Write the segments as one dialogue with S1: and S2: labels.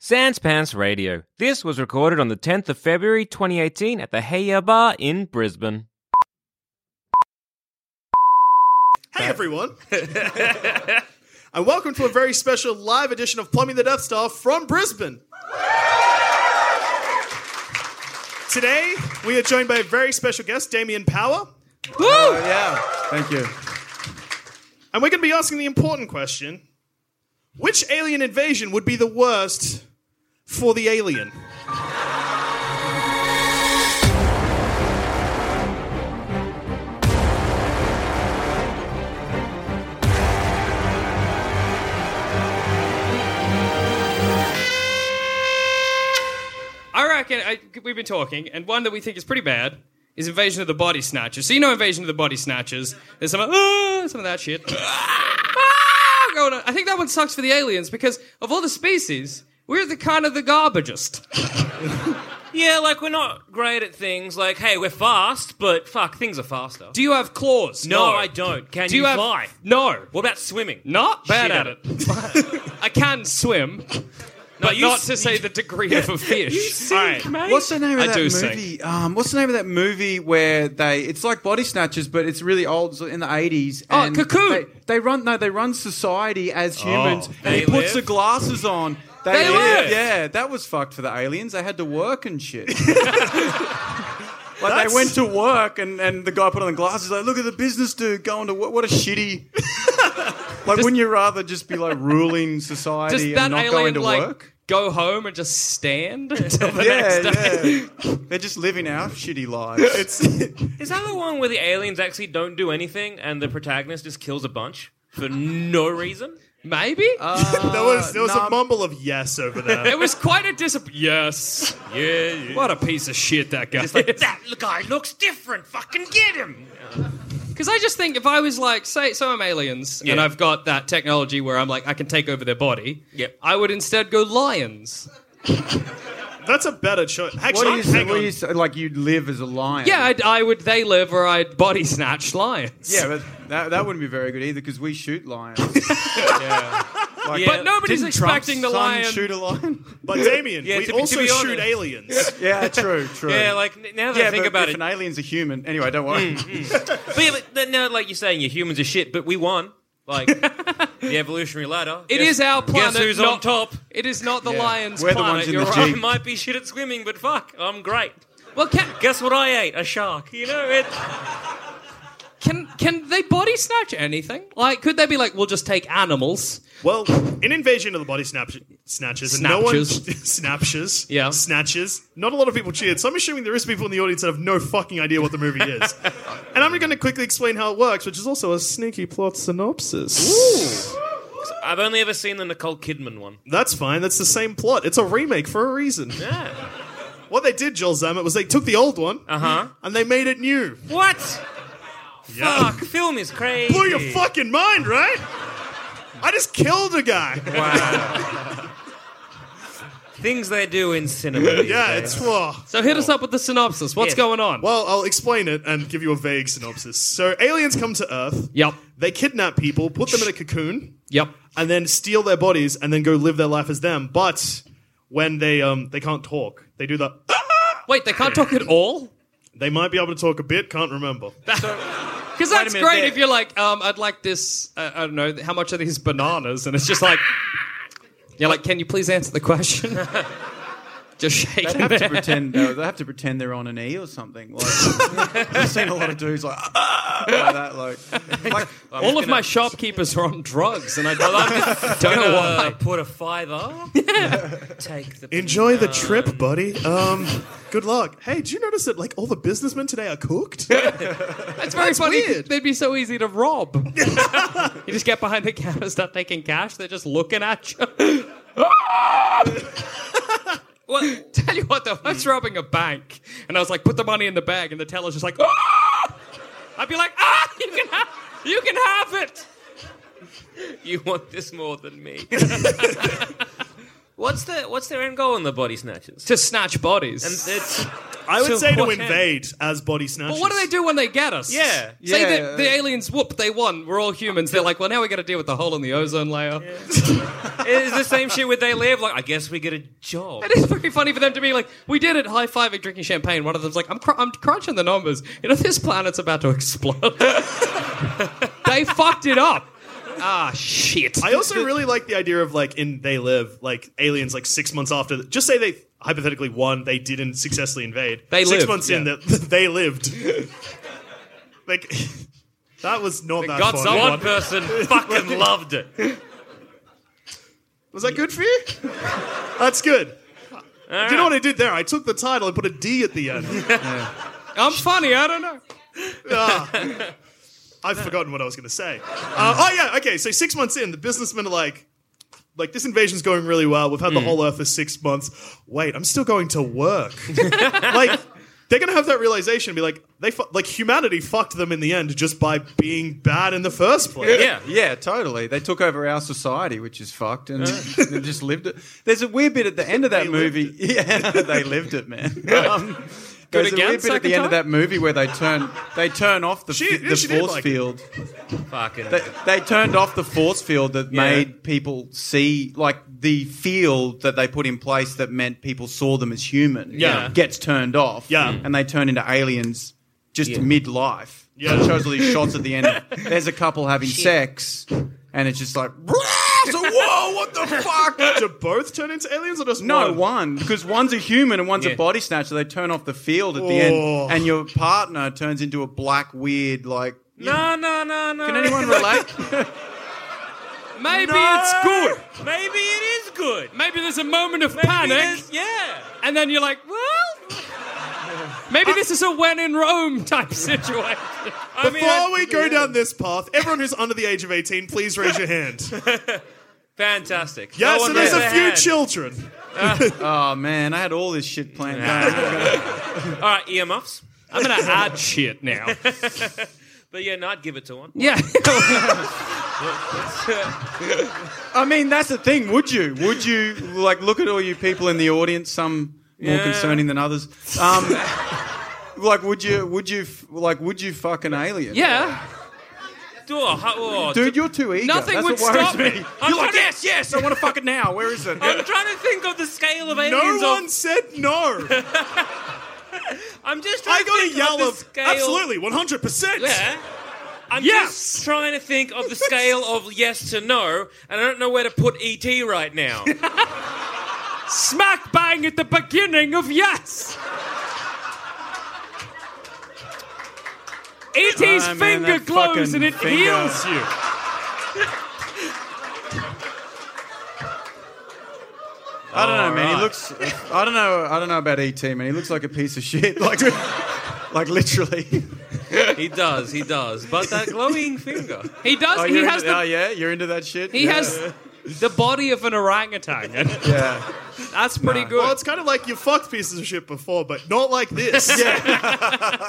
S1: Sans Pants Radio. This was recorded on the 10th of February 2018 at the Heya Bar in Brisbane.
S2: Hey everyone, and welcome to a very special live edition of Plumbing the Death Star from Brisbane. Today we are joined by a very special guest, Damien Power. Woo!
S1: Uh,
S2: yeah, thank you. And we're going to be asking the important question: Which alien invasion would be the worst for the alien?
S3: I reckon I, we've been talking, and one that we think is pretty bad is Invasion of the Body Snatchers. So you know Invasion of the Body Snatchers. There's some, ah, some of that shit. Ah, going on. I think that one sucks for the aliens because of all the species, we're the kind of the garbagest.
S1: Yeah, like we're not great at things. Like, hey, we're fast, but fuck, things are faster.
S3: Do you have claws?
S1: no, I don't. Can
S3: Do you,
S1: you,
S3: have
S1: fly?
S3: No.
S1: What about swimming?
S3: Not bad
S1: Shit
S3: at it. I can swim, but
S1: you
S3: not
S1: s-
S3: to say the degree of a fish. All right.
S4: What's the name of
S3: I
S4: that
S3: do
S4: movie? Um, what's the name of that movie where they? It's like Body Snatchers, but it's really old, it's in the eighties.
S3: Oh, Cocoon.
S4: They, they run no, they run society as humans. and
S1: They
S4: he puts
S1: live?
S4: the glasses on. They,
S3: live.
S4: Yeah, that was fucked for the aliens. They had to work and shit. Like they went to work and, and the guy put on the glasses like, look at the business dude going to work. What a shitty. like, wouldn't you rather just be like ruling
S3: Does
S4: society
S3: that
S4: and not going
S3: alien
S4: to
S3: like
S4: work?
S3: go home and just stand until the
S4: Yeah,
S3: next day?
S4: yeah. They're just living our shitty lives.
S1: Is that the one where the aliens actually don't do anything and the protagonist just kills a bunch for no reason?
S3: Maybe.
S1: Uh,
S2: there was there was
S4: nah.
S2: a mumble of yes over there.
S3: It was quite a disap. Yes. Yeah, What a piece of shit that guy. is.
S1: That guy looks different. Fucking get him.
S3: Because I just think if I was like, say, so I'm aliens and
S1: Yeah.
S3: I've got that technology where I'm like, I can take over their body.
S1: Yep.
S3: I would instead go lions.
S2: That's a better choice.
S4: What do
S2: Actually,
S4: you say?
S2: hang
S4: What do
S2: on.
S4: you say? Like you'd live as a lion.
S3: Yeah, I'd, I would. They live, or I'd body snatch lions.
S4: yeah, but that, that wouldn't be very good either because we shoot lions. Like,
S3: But nobody's
S4: didn't Trump's
S3: expecting the
S4: son
S3: lion.
S4: Shoot a lion.
S2: But Damien,
S1: Yeah,
S2: we
S1: to be- to
S2: also
S1: be
S2: shoot
S1: honest.
S2: aliens.
S4: yeah, true, true.
S1: Yeah, like n- now that
S4: yeah,
S1: I think
S4: but
S1: about
S4: if
S1: it,
S4: an alien's a human, anyway, don't worry.
S1: But yeah, but th- now, like you're saying, your humans are shit, but we won. Like the evolutionary ladder.
S3: It is our planet.
S1: Guess who's
S3: not,
S1: on top?
S3: It is not the
S4: Yeah.
S3: lions'
S4: We're the
S3: planet.
S4: ones in
S3: you're
S4: the
S3: right.
S1: I might be shit at swimming, but fuck, I'm great.
S3: Well, can,
S1: Guess what I ate? A shark. You know it.
S3: can can they body snatch anything? Like, could they be like, we'll just take animals?
S2: Well, in Invasion of the Body Snap- Snatchers, and no one snatches,
S3: Yeah.
S2: snatches. Not a lot of people cheered, so I'm assuming there is people in the audience that have no fucking idea what the movie is. and I'm going to quickly explain how it works, which is also a sneaky plot synopsis.
S1: I've only ever seen the Nicole Kidman one.
S2: That's fine. That's the same plot. It's a remake for a reason. What they did, Joel Zammett, was they took the old one
S1: Uh-huh.
S2: and they made it new.
S1: What?
S2: Yeah.
S1: Fuck, film is crazy.
S2: Blew your fucking mind, right? I just killed a guy.
S1: Things they do in cinema. these
S2: Yeah,
S1: days.
S2: it's whoa.
S3: So hit us up with the synopsis. What's
S1: Yes.
S3: going on?
S2: Well, I'll explain it and give you a vague synopsis. So aliens come to Earth.
S3: Yep.
S2: They kidnap people, put them in a cocoon,
S3: Yep.
S2: and then steal their bodies, and then go live their life as them. But when they um they can't talk, they do the.
S3: Wait, they can't talk at all.
S2: They might be able to talk a bit. Can't remember.
S3: Because
S4: Wait a
S3: that's
S4: minute,
S3: great
S4: there-
S3: if you're like, um, I'd like this, uh, I don't know, how much are these bananas? And it's just like, you're like, can you please answer the question? just shake
S4: They have to pretend though, they have to pretend they're on an E or something. Like I've seen a lot of dudes like, "Ah," like that, like, like
S3: All of my shopkeepers are on drugs, and I don't know
S5: Uh,
S3: why.
S5: put a fiver. Take the.
S2: Enjoy
S4: uh,
S2: the trip, buddy. Um, good luck. Hey, did you notice that like all the businessmen today are cooked?
S3: It's very funny.
S2: weird.
S3: They'd be so easy to rob. you just get behind the counter, start taking cash. They're just looking at you. well, tell you what, though, I was robbing a bank, and I was like, "Put the money in the bag," and the teller's just like, "Ah!" I'd be like, "Ah, you can have, you can have it."
S5: You want this more than me. what's the What's their end goal in the body snatches?
S3: To snatch bodies.
S5: And it's,
S2: I would
S5: So
S2: say to
S5: what-
S2: invade as body snatchers.
S3: But what do they do when they get us?
S5: Yeah.
S3: Say
S4: Yeah.
S3: that the aliens whoop, they won. We're all humans. They're like, well, now we got to deal with the hole in the ozone layer.
S5: it's the same shit where they live. Like, I guess we get a job.
S3: It is very funny for them to be like, we did it, high fiving, drinking champagne. One of them's like, I'm, cr- I'm crunching the numbers. You know, this planet's about to explode. they fucked it up. Ah, shit.
S2: I also really like the idea of like in They Live, like aliens, like six months after. The, just say they hypothetically won, they didn't successfully invade.
S3: They
S2: six
S3: lived,
S2: months in,
S3: yeah.
S2: that they lived. like that was not that
S3: got
S2: fun.
S3: someone.
S5: One person fucking loved it.
S2: Was that good for you? That's good. Do you know what I did there? I took the title and put a D at the end.
S3: I'm funny, I don't know.
S2: I've forgotten what I was going to say. Uh, oh yeah, okay. So six months in, the businessmen are like, like this invasion's going really well. We've had
S5: Hmm.
S2: the whole Earth for six months. Wait, I'm still going to work. like they're going to have that realization and be like, they fu- like humanity fucked them in the end just by being bad in the first place.
S5: Yeah.
S4: Yeah, totally. They took over our society, which is fucked, and they just lived it. There's a weird bit at the end of that movie. Yeah, they lived it, man. Um, there's
S3: again,
S4: a weird bit at
S3: second
S4: the end of
S3: time?
S4: that movie where they turn they turn off the,
S2: She-
S4: fi-
S2: yeah,
S4: the
S2: she did
S4: force
S2: like it.
S4: field.
S5: Fucking.
S4: They, they turned off the force field that made people see like the field that they put in place that meant people saw them as human.
S2: Yeah.
S4: gets turned off.
S2: Yeah.
S4: and they turn into aliens just mid-life.
S2: Yeah.
S4: So it shows all these shots at the end. of- There's a couple having sex, and it's just like, "Rah!" so whoa, what the fuck?
S2: Do both turn into aliens or just
S4: No
S2: one?
S4: one, because one's a human and one's
S5: Yeah.
S4: a body snatcher. They turn off the field at the
S2: Oh.
S4: end, and your partner turns into a black, weird, like.
S5: no, no, no, no.
S4: Can anyone relate?
S3: Maybe
S5: No.
S3: it's good.
S5: Maybe it is good.
S3: Maybe there's a moment of
S5: Maybe
S3: panic,
S5: it's- Yeah.
S3: and then you're like, well. Maybe this is a when in Rome type situation.
S5: I mean,
S2: Before
S5: I-
S2: we go down this path, everyone who's under the age of 18, please raise your hand.
S5: fantastic.
S2: Yeah,
S5: No
S2: so
S5: one
S2: there's
S5: raised
S2: a
S5: their
S2: few
S5: hand.
S2: children.
S4: Oh man, I had all this shit planned.
S5: All right, E earmuffs.
S3: I'm going to add shit now.
S5: But yeah, not give it to one.
S3: Yeah.
S4: I mean, that's the thing. Would you? Would you like look at all you people in the audience? Some more concerning than others. Um, like, would you? Would you? f- Like, would you fuck an alien?
S3: yeah.
S5: Do a hu- oh,
S4: Dude, you're too eager.
S3: Nothing
S4: That's
S3: would
S4: what worries
S3: stop
S4: me.
S3: me.
S5: I'm
S4: You're like,
S5: trying to-
S4: yes, yes, I want to fuck it now. Where is it?
S5: I'm trying to think of the scale of
S2: No
S5: aliens. of-
S2: one said no.
S5: I'm just trying
S2: I got
S5: to
S2: a
S5: think
S2: yell
S5: of
S2: of
S5: the scale.
S2: absolutely 100%.
S5: Yeah. I'm
S2: Yes.
S5: just trying to think of the scale of yes to no, and I don't know where to put ET right now.
S3: Smack bang at the beginning of yes. E.T.'s
S4: Ah, man,
S3: finger
S4: that
S3: glows
S4: fucking
S3: and it
S4: finger.
S3: heals you.
S4: I don't know, man. He looks. I don't know. I don't know about ET, man. He looks like a piece of shit. Like, like literally.
S5: he does, he does. But that glowing finger.
S3: He does.
S4: Oh,
S3: he
S4: you're
S3: has
S4: into,
S3: the.
S4: oh, yeah, you're into that shit.
S3: He
S4: Yeah.
S3: has the body of an orangutan. and
S4: Yeah.
S3: That's pretty good.
S2: Well, it's kind of like you fucked pieces of shit before, but not like this.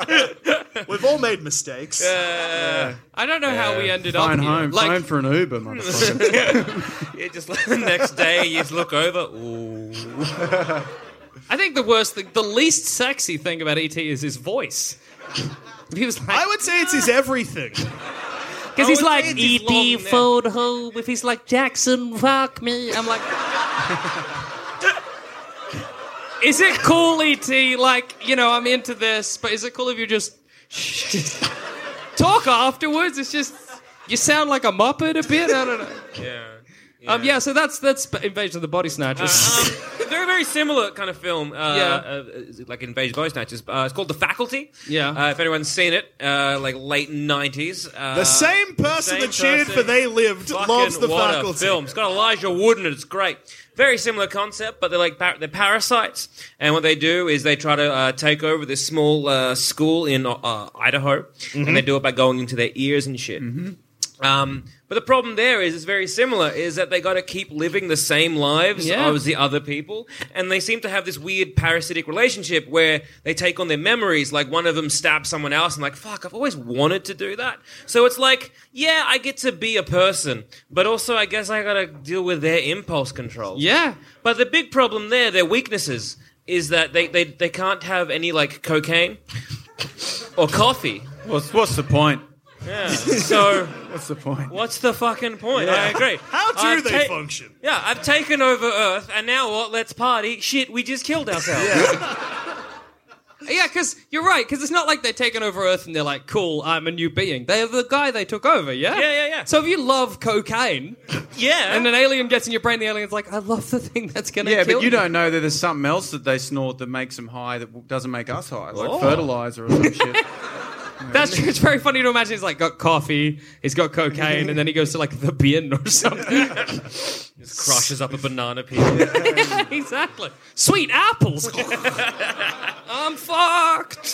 S2: We've all made mistakes.
S3: I don't know how we ended
S4: Phone
S3: up here.
S4: home.
S3: like,
S4: phone for an Uber, motherfucker.
S5: Yeah, just like the next day you just look over. Ooh.
S3: I think the worst, thing, the least sexy thing about E.T. is his voice. He was like,
S2: I would say it's his everything.
S3: Because he's
S5: would
S3: like "E
S5: say it's his
S3: E.T.
S5: long neck.
S3: phone home. If he's like Jackson, fuck me. I'm like, is it E cool, E.T.? Like, you know, I'm into this, but is it cool if you just, just talk afterwards. It's just you sound like a muppet a bit. I don't know.
S5: Yeah.
S3: Um, yeah, so that's that's Invasion of the Body Snatchers.
S5: Um, very, very similar kind of film. Uh,
S3: Yeah.
S5: uh, like Invasion Body Snatchers. Uh, it's called The Faculty.
S3: Yeah.
S5: Uh, if anyone's seen it, uh, like late 90s. Uh,
S2: The same person
S5: same
S2: that cheered
S5: person.
S2: for They Lived
S5: Fucking
S2: loves the
S5: what a
S2: faculty.
S5: film. It's got Elijah Wood in it. It's great. Very similar concept, but they're like par- they're parasites, and what they do is they try to uh, take over this small uh, school in uh, uh, Idaho,
S3: Mm-hmm.
S5: and they do it by going into their ears and shit. Um, but the problem there is, it's very similar, is that they got to keep living the same lives
S3: Yeah.
S5: as the other people, and they seem to have this weird parasitic relationship where they take on their memories. Like one of them stabs someone else, and like, fuck, I've always wanted to do that. So it's like, yeah, I get to be a person, but also I guess I got to deal with their impulse control.
S3: yeah.
S5: But the big problem there, their weaknesses, is that they they, they can't have any like cocaine or coffee.
S4: What's, what's the point?
S5: So.
S4: What's the point?
S5: What's the fucking point? I agree.
S2: How do
S5: I've
S2: they
S5: ta-
S2: function?
S5: Yeah, I've taken over Earth, and now what? Let's party. Shit, we just killed ourselves.
S3: Yeah, because you're right. Because it's not like they're taking over Earth and they're like, "Cool, I'm a new being." They're the guy they took over. Yeah,
S5: Yeah, yeah, yeah.
S3: So if you love cocaine
S5: Yeah.
S3: and an alien gets in your brain, the alien's like, "I love the thing that's gonna
S4: Yeah,
S3: kill
S4: but you don't know that there's something else that they snort that makes them high that w- doesn't make us high, like
S3: Oh.
S4: fertilizer or some shit.
S3: That's true. It's very funny to imagine. He's like got coffee, he's got cocaine, and then he goes to like the bin or something.
S5: Just crushes up a banana peel.
S3: exactly. Sweet apples. I'm fucked.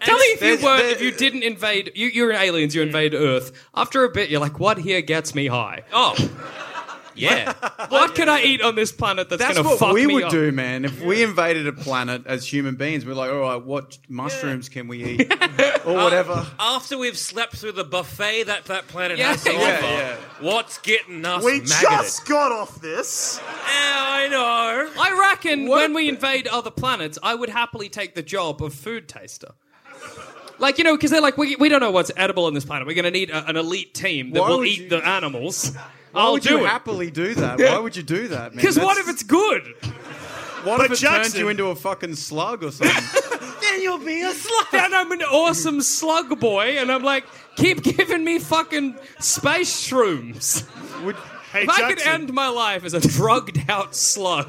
S3: Tell me if
S4: There's-
S3: you were
S4: there-
S3: if you didn't invade you you're aliens you invade Earth after a bit you're like what here gets me high
S5: Oh. Yeah.
S3: what can I eat on this planet that's,
S4: That's
S3: gonna
S4: what
S3: fuck
S4: we
S3: me
S4: would
S3: up?
S4: do, man. If we invaded a planet as human beings, we're like, all right, what mushrooms can we eat
S3: Uh,
S4: or whatever?
S5: After we've slept through the buffet that that planet
S3: Yeah,
S5: has to
S3: yeah,
S5: offer,
S4: yeah.
S5: what's getting us
S2: We
S5: maggoted?
S2: just got off this.
S5: Yeah, I know.
S3: I reckon when we invade other planets, I would happily take the job of food taster. Like, you know, because they're like, we, we don't know what's edible on this planet. We're going to need a, an elite team that
S4: Why
S3: will
S4: would
S3: eat
S4: you-
S3: the animals.
S4: Why
S3: I'll
S4: would
S3: do
S4: you
S3: it.
S4: happily do that? Why would you do that, man?
S3: Because what if
S4: That's-
S3: it's good?
S4: what if
S2: But
S4: it turns
S2: Jackson-
S4: you into a fucking slug or something?
S3: Then you'll be a slug. Then I'm an awesome slug boy, and I'm like, keep giving me fucking space shrooms.
S4: would,
S2: Hey,
S3: If I could
S2: Jackson,
S3: end my life as a drugged out slug,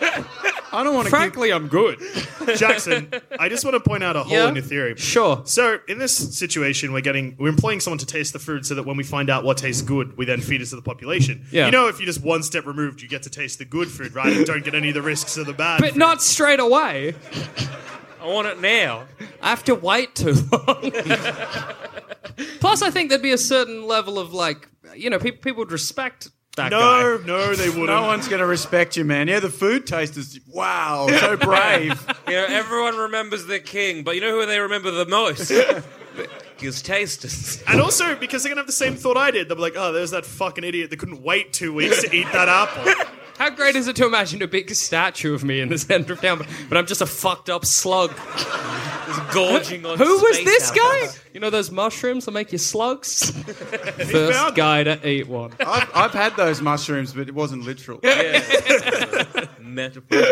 S4: I don't want to keep.
S3: frankly, I'm good.
S2: Jackson, I just want to point out a hole
S3: Yeah?
S2: in your theory.
S3: Sure.
S2: So in this situation, we're getting we're employing someone to taste the food so that when we find out what tastes good, we then feed it to the population.
S3: Yeah.
S2: You know, if you're just one step removed, you get to taste the good food, right? And don't get any of the risks of the bad.
S3: But not straight away.
S5: I want it now.
S3: I have to wait too long. Plus, I think there'd be a certain level of like, you know, people people would respect that
S2: no, no, they wouldn't.
S4: No one's going to respect you, man. Yeah, the food taste is wow, so brave.
S5: You know, everyone remembers the king, but you know who they remember the most? His tasters.
S2: and also because they're gonna have the same thought I did. They'll be like, oh, there's that fucking idiot that couldn't wait two weeks to eat that apple.
S3: guy. How great is it to imagine a big statue of me in the center of town, but, but I'm just a fucked up slug?
S5: Gorging on
S3: Who was
S5: space
S3: this guy?
S5: apples.
S3: You know those mushrooms that make you slugs? First
S2: found
S3: guy to eat one.
S4: I've, I've had those mushrooms, but it wasn't literal.
S5: Metaphor.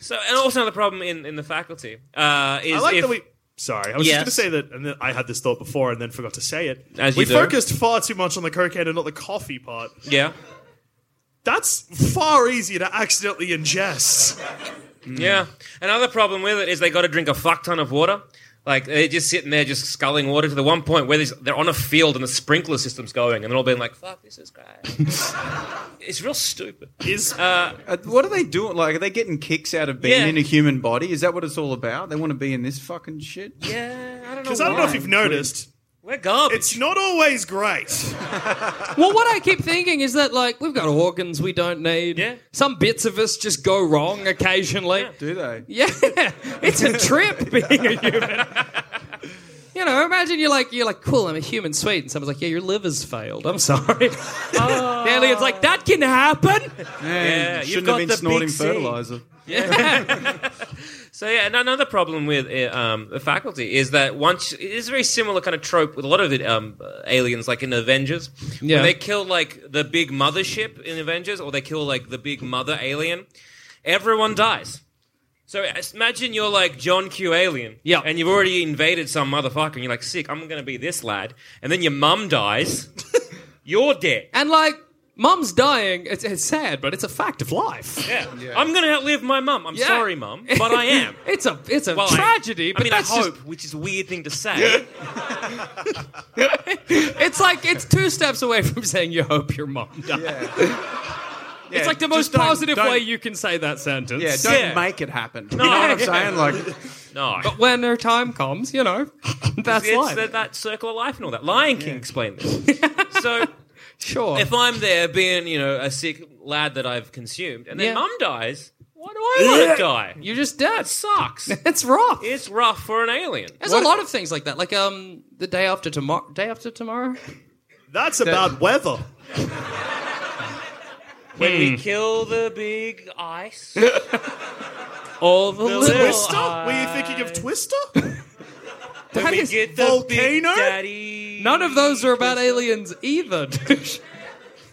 S5: So, and also another problem in, in the faculty uh, is
S2: I like
S5: if,
S2: that we. Sorry, I was
S5: Yes.
S2: just going to say that, and then I had this thought before, and then forgot to say it.
S5: As you
S2: we
S5: do.
S2: focused far too much on the cocaine and not the coffee part.
S5: yeah.
S2: That's far easier to accidentally ingest.
S5: Yeah. Another problem with it is they got to drink a fuck ton of water. Like they're just sitting there, just sculling water to the one point where there's- they're on a field and the sprinkler system's going, and they're all being like, "Fuck, this is great." it's real stupid.
S2: Is
S4: Uh, what are they doing? Like, are they getting kicks out of being
S5: Yeah.
S4: in a human body? Is that what it's all about? They want to be in this fucking shit?
S5: Yeah, I don't know.
S2: because I don't know if you've noticed,
S5: We're garbage.
S2: it's not always great.
S3: Well, what I keep thinking is that, like, we've got organs we don't need.
S5: Yeah.
S3: Some bits of us just go wrong occasionally.
S4: Do they?
S3: Yeah, it's a trip being a human. You know, imagine you're like you're like cool. I'm a human, sweet, and someone's like, yeah, your liver's failed. I'm sorry. The alien's like, that can happen.
S4: Man,
S5: you've
S4: shouldn't
S5: got
S4: have been
S5: the
S4: snorting
S5: big C.
S4: fertilizer.
S5: So yeah, and another problem with uh, um, the faculty is that once it is a very similar kind of trope with a lot of the um, uh, aliens, like in Avengers,
S3: Yeah.
S5: when they kill like the big mothership in Avengers, or they kill like the big mother alien, everyone dies. So as- imagine you're like John Q Alien,
S3: Yeah.
S5: and you've already invaded some motherfucker, and you're like, sick, I'm gonna be this lad, and then your mum dies, you're dead.
S3: And like, mum's dying. It's, it's sad, but it's a fact of life.
S5: Yeah. I'm gonna outlive my mum. I'm
S3: Yeah.
S5: sorry, mum, but I am.
S3: It's a it's a
S5: Well, I-
S3: tragedy,
S5: I,
S3: but
S5: mean,
S3: that's
S5: I
S3: just-
S5: hope, which is a weird thing to say.
S3: it's like it's two steps away from saying you hope your mum dies.
S4: Yeah,
S3: It's like the
S4: just
S3: most
S4: don't-
S3: positive
S4: don't-
S3: way you can say that sentence.
S4: Yeah, don't
S5: Yeah.
S4: make it happen. you know what I'm saying? Like,
S5: no,
S3: But when her time comes, you know, Oh. that's
S5: it's
S3: life.
S5: that, that circle of life and all that. Lion King explained this. so
S3: sure.
S5: if I'm there being, you know, a sick lad that I've consumed, and then
S3: Yeah.
S5: mum dies, why do I want to die?
S3: You're just dead.
S5: That sucks.
S3: It's rough.
S5: it's rough for an alien.
S3: There's a lot of things like that. Like um, the day after tomorrow. Day after tomorrow.
S2: That's about weather.
S5: When we kill the big ice,
S3: All the little.
S2: Twister?
S5: uh,
S2: Were you thinking of Twister?
S3: That
S5: we
S3: is-
S5: get the
S2: Volcano?
S5: big daddy.
S3: none of those are about aliens either. douche.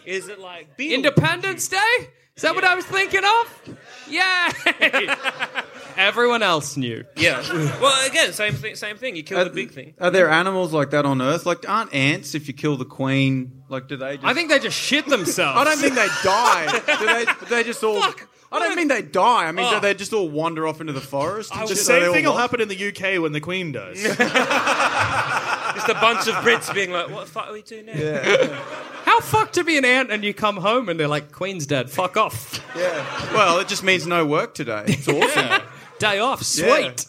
S5: Is it like Beetle-
S3: Independence Day? Is that what I was thinking of? Yeah. Everyone else knew.
S5: Yeah. well, again, same thing. Same thing. You kill
S3: Uh,
S5: the big thing.
S4: are there animals like that on Earth? Like, aren't ants if you kill the queen? Like, do they? Just,
S3: I think they just shit themselves.
S4: I don't think they die. do they? do they just all.
S5: Fuck. Oh.
S4: I don't mean they die. I mean, do they just all wander off into the forest? and
S2: The
S4: shit? Are they
S2: same
S4: all
S2: thing will
S4: lost?
S2: happen in the UK when the Queen dies.
S5: Just a bunch of Brits being like, "What the fuck are we doing now?"
S3: How fucked to be an ant and you come home and they're like, Queen's dead. Fuck off.
S4: Yeah. Well, it just means no work today. It's awesome. yeah.
S3: Day off. Sweet.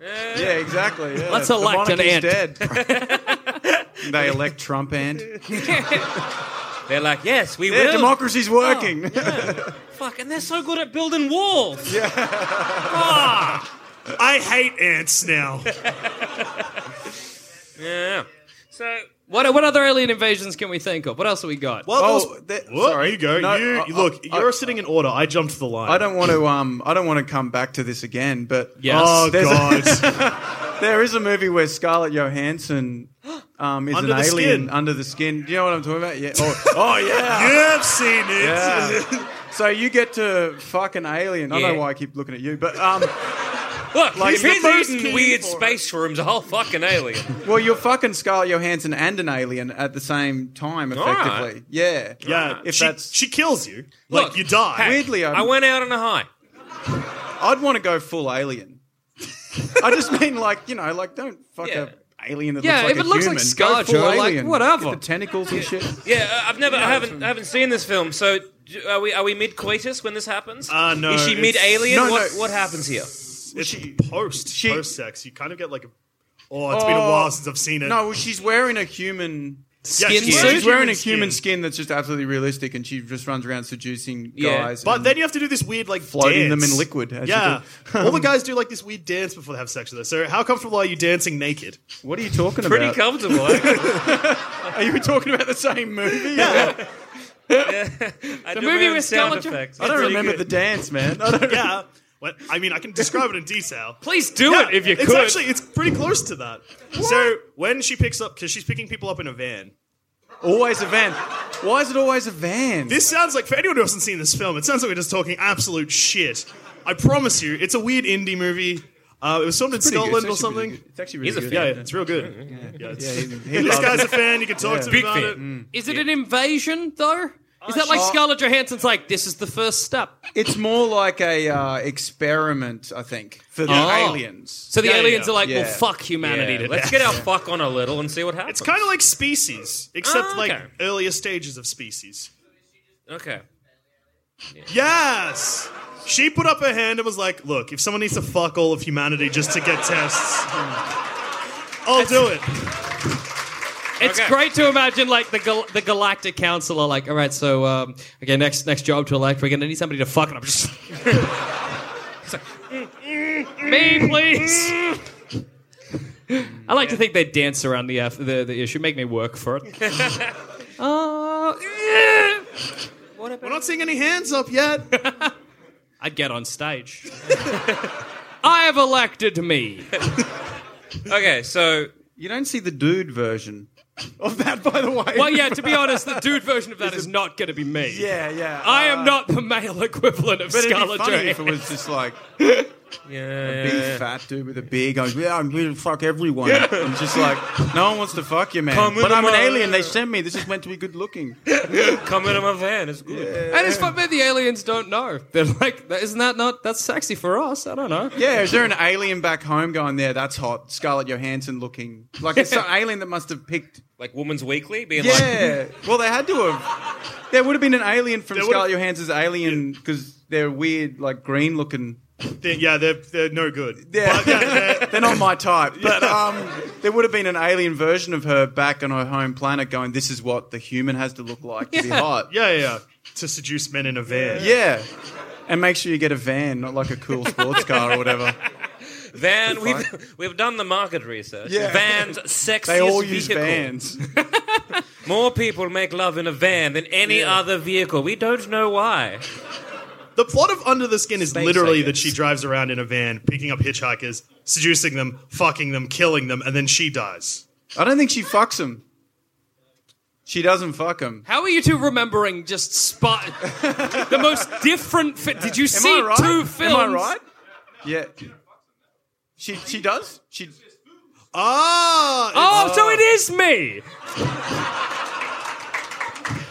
S4: Yeah. exactly. yeah.
S3: Let's
S4: The
S3: elect an
S4: monarchy's
S3: ant.
S4: Dead. they elect Trump ant.
S5: They're like, "Yes, we
S4: Yeah,
S5: will."
S4: democracy's
S3: Oh.
S4: working.
S5: Fuck, and they're so good at building walls.
S2: I hate ants now.
S5: Yeah. So
S3: What, what other alien invasions can we think of? What else have we got?
S2: Well,
S4: Oh,
S2: that was-
S4: that-
S2: Whoa,
S4: sorry.
S2: you go.
S4: No,
S2: you
S4: I-
S2: look.
S4: I-
S2: you're sitting in order. I jumped the line.
S4: I don't want to. Um, I don't want to come back to this again. But
S3: Yes.
S2: Oh
S4: There's
S2: god.
S4: there is a movie where Scarlett Johansson um, is
S2: Under
S4: an
S2: the
S4: alien
S2: skin.
S4: under the skin. Do you know what I'm talking about? Yeah. Oh, oh yeah.
S2: You've seen it.
S4: Yeah. So you get to fuck an alien. I don't
S5: Yeah.
S4: know why I keep looking at you, but um,
S5: Look,
S4: Like,
S5: if
S4: the
S5: he's
S4: first
S5: eating
S4: key
S5: weird
S4: for
S5: space rooms, a whole fucking alien.
S4: well, you're fucking Scarlett Johansson and an alien at the same time,
S5: All right.
S4: effectively. Yeah.
S2: Yeah.
S4: If
S2: she,
S4: that's
S2: she kills you.
S5: Look,
S2: like you die.
S5: hey,
S4: Weirdly, I'm-
S5: I went out on a high.
S4: I'd want to go full alien. I just mean like you know, like don't fuck
S5: Yeah.
S4: a alien that
S3: Yeah,
S4: looks like
S3: if
S4: a
S3: it looks like
S4: human. Go
S3: Scarjo,
S4: full
S3: like,
S4: alien.
S3: whatever.
S4: Get the tentacles and shit.
S5: Yeah, uh, I've never, I haven't, I haven't seen this film. So, do- are we, are we mid coitus when this happens?
S2: Uh, no,
S5: Is she
S2: it's-
S5: mid alien?
S4: No,
S5: what,
S4: no.
S5: what happens here?
S2: it's post
S4: she-
S2: post sex. You kind of get like a. Oh, it's been a
S4: Oh,
S2: while since I've seen it.
S4: No, well, she's wearing a human.
S2: yeah,
S3: skin
S2: she's
S3: suit?
S4: She's wearing a
S2: skin.
S4: human skin that's just absolutely realistic, and she just runs around seducing
S5: Yeah.
S4: guys.
S2: But
S4: and-
S2: then you have to do this weird like
S4: Floating
S2: dance.
S4: them in liquid, as you
S2: Yeah,
S4: do.
S2: all the guys do like this weird dance before they have sex with her. So how comfortable are you dancing naked?
S4: what are you talking
S5: Pretty
S4: about?
S5: comfortable. eh?
S4: Are you talking about the same movie?
S5: I
S3: The
S5: do
S3: movie
S5: my own
S3: with
S5: sound
S3: Scarlett Jo-
S5: effects.
S4: I don't remember the dance, man. I don't
S2: Yeah. Well, I mean, I can describe it in detail.
S3: Please do it if you
S2: it's
S3: could.
S2: actually it's pretty close to that. So when she picks up, because she's picking people up in a van.
S4: always a van. Why is it always a van?
S2: This sounds like for anyone who hasn't seen this film, it sounds like we're just talking absolute shit. I promise you, it's a weird indie movie. Uh, it was filmed in
S4: Pretty good.
S2: Scotland or
S4: It's actually
S2: something.
S4: really good. It's actually really
S5: He's a
S4: good.
S2: Yeah, yeah, it's real good. Yeah, it's-
S4: he- he
S2: this
S4: loves
S2: guy's
S4: it.
S2: a fan. You can talk to him
S5: Big
S2: about
S5: fan. Mm,
S2: it.
S3: Is it an invasion, though? Is that like Scarlett Johansson's like, this is the first step?
S4: It's more like a uh, experiment, I think, for the
S3: Oh.
S4: aliens.
S3: So the
S2: Yeah,
S3: aliens
S2: yeah,
S3: are like,
S4: yeah.
S3: well, fuck humanity
S5: Yeah,
S3: to
S5: let's
S3: death.
S5: get our fuck on a little and see what happens.
S2: It's kind of like Species, except
S5: Ah,
S2: like
S5: okay.
S2: earlier stages of Species.
S5: okay.
S2: Yes. She put up her hand and was like, "Look, if someone needs to fuck all of humanity just to get tests, I'll do it."
S3: It's
S5: Okay.
S3: great to imagine like the gal- the Galactic Council are like, all right, so um, okay, next next job to elect, we're gonna need somebody to fuck, and I'm just me, please. I like to think they dance around the, aff- the the issue, make me work for it. Uh, yeah.
S2: We're not seeing any hands up yet.
S3: I'd get on stage. I have elected me.
S5: Okay, so
S4: You don't see the dude version. of that, by the way.
S3: Well, yeah, to be honest, the dude version of that is not going to be me.
S4: Yeah, yeah.
S3: I am
S4: uh,
S3: not the male equivalent of
S4: But it'd be
S3: Scarlett
S4: funny if
S3: Johansson.
S4: it was just like
S5: Yeah.
S4: big fat dude with a beard goes, yeah, I'm going to fuck everyone. And just like, no one wants to fuck you, man.
S5: Come in
S4: but I'm an
S5: my-
S4: alien. They sent me. This is meant to be good looking.
S5: Come into my van. It's good.
S3: And it's fun, maybe the aliens don't know. They're like, isn't that not, that's sexy for us? I don't know.
S4: Yeah, is there an alien back home going there? That's hot. Scarlett Johansson looking. Like it's some alien that must have picked.
S5: Like Woman's Weekly being like,
S4: Yeah. well, they had to have. There would have been an alien from
S2: There would
S4: Scarlett Johansson's alien because they're weird, like green looking.
S2: They- yeah, they're, they're no good.
S4: Yeah.
S2: But, yeah, they're-
S4: They're not my type. But um, there would have been an alien version of her back on her home planet going, this is what the human has to look like to be hot.
S2: yeah, yeah, yeah. To seduce men in a van.
S4: Yeah. And make sure you get a van, not like a cool sports car or whatever.
S5: Van, we've, we've done the market research.
S4: Yeah.
S5: Van's sexiest
S4: They all use
S5: vehicle.
S4: vans.
S5: More people make love in a van than any other vehicle. We don't know why.
S2: The plot of Under the Skin is
S5: Space,
S2: literally
S5: I
S2: that
S5: guess.
S2: she drives around in a van, picking up hitchhikers, seducing them, fucking them, killing them, and then she dies.
S4: I don't think she fucks him. She doesn't fuck him.
S3: How are you two remembering just spot the most different? Fi- Did you
S4: Am
S3: see
S4: I right?
S3: two films?
S4: Am I right? Yeah. She she does. She
S2: Ah!
S3: Oh, so it is me.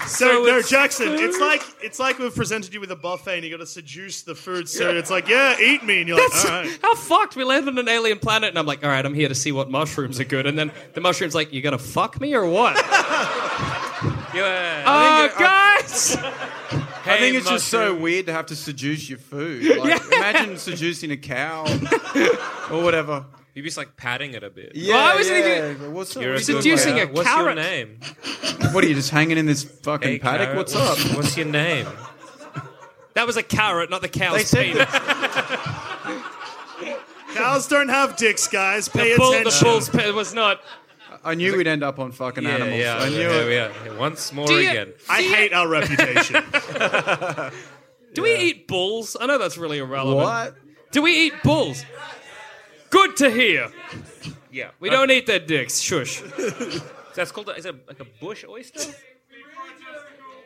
S2: so,
S3: so
S2: no,
S3: it's
S2: Jackson, it's like it's like we've presented you with a buffet and you got to seduce the food. So it's like, yeah, eat me, and you're like,
S3: That's-
S2: all right.
S3: How fucked? We land on an alien planet, and I'm like, all right, I'm here to see what mushrooms are good. And then the mushroom's like, you gonna fuck me or what?
S5: Yeah.
S3: Oh, guys!
S4: I think it's just so weird to have to seduce your food. Like, Imagine seducing a cow or whatever.
S5: You're just like patting it a bit.
S4: Yeah,
S3: Well, I was
S4: yeah.
S3: thinking-
S4: But What's up?
S5: You're a
S4: What are you
S5: good
S3: Seducing
S5: guy.
S3: a
S5: What's your
S3: carrot.
S5: name?
S4: doing? What are you just hanging in this fucking
S5: Hey,
S4: paddock?
S5: carrot,
S4: What's up?
S5: What's your name?
S3: That was a carrot, not the
S4: They
S3: cow's
S4: said
S3: penis.
S4: that,
S2: Cows don't have dicks, guys. Pay
S3: The bull, the
S2: attention.
S3: bull's penis was not.
S4: I knew we'd end up on fucking animals.
S5: Oh, Yeah,
S4: I knew
S5: here
S4: it.
S5: we are. Here, Once more
S3: Do you-
S5: again.
S2: I
S3: See,
S2: hate our reputation.
S3: Do we eat bulls? I know that's really irrelevant.
S4: What?
S3: Do we eat bulls? Good to hear.
S5: Yeah.
S3: We don't eat their dicks. Shush.
S5: That's called a, is it like a bush oyster?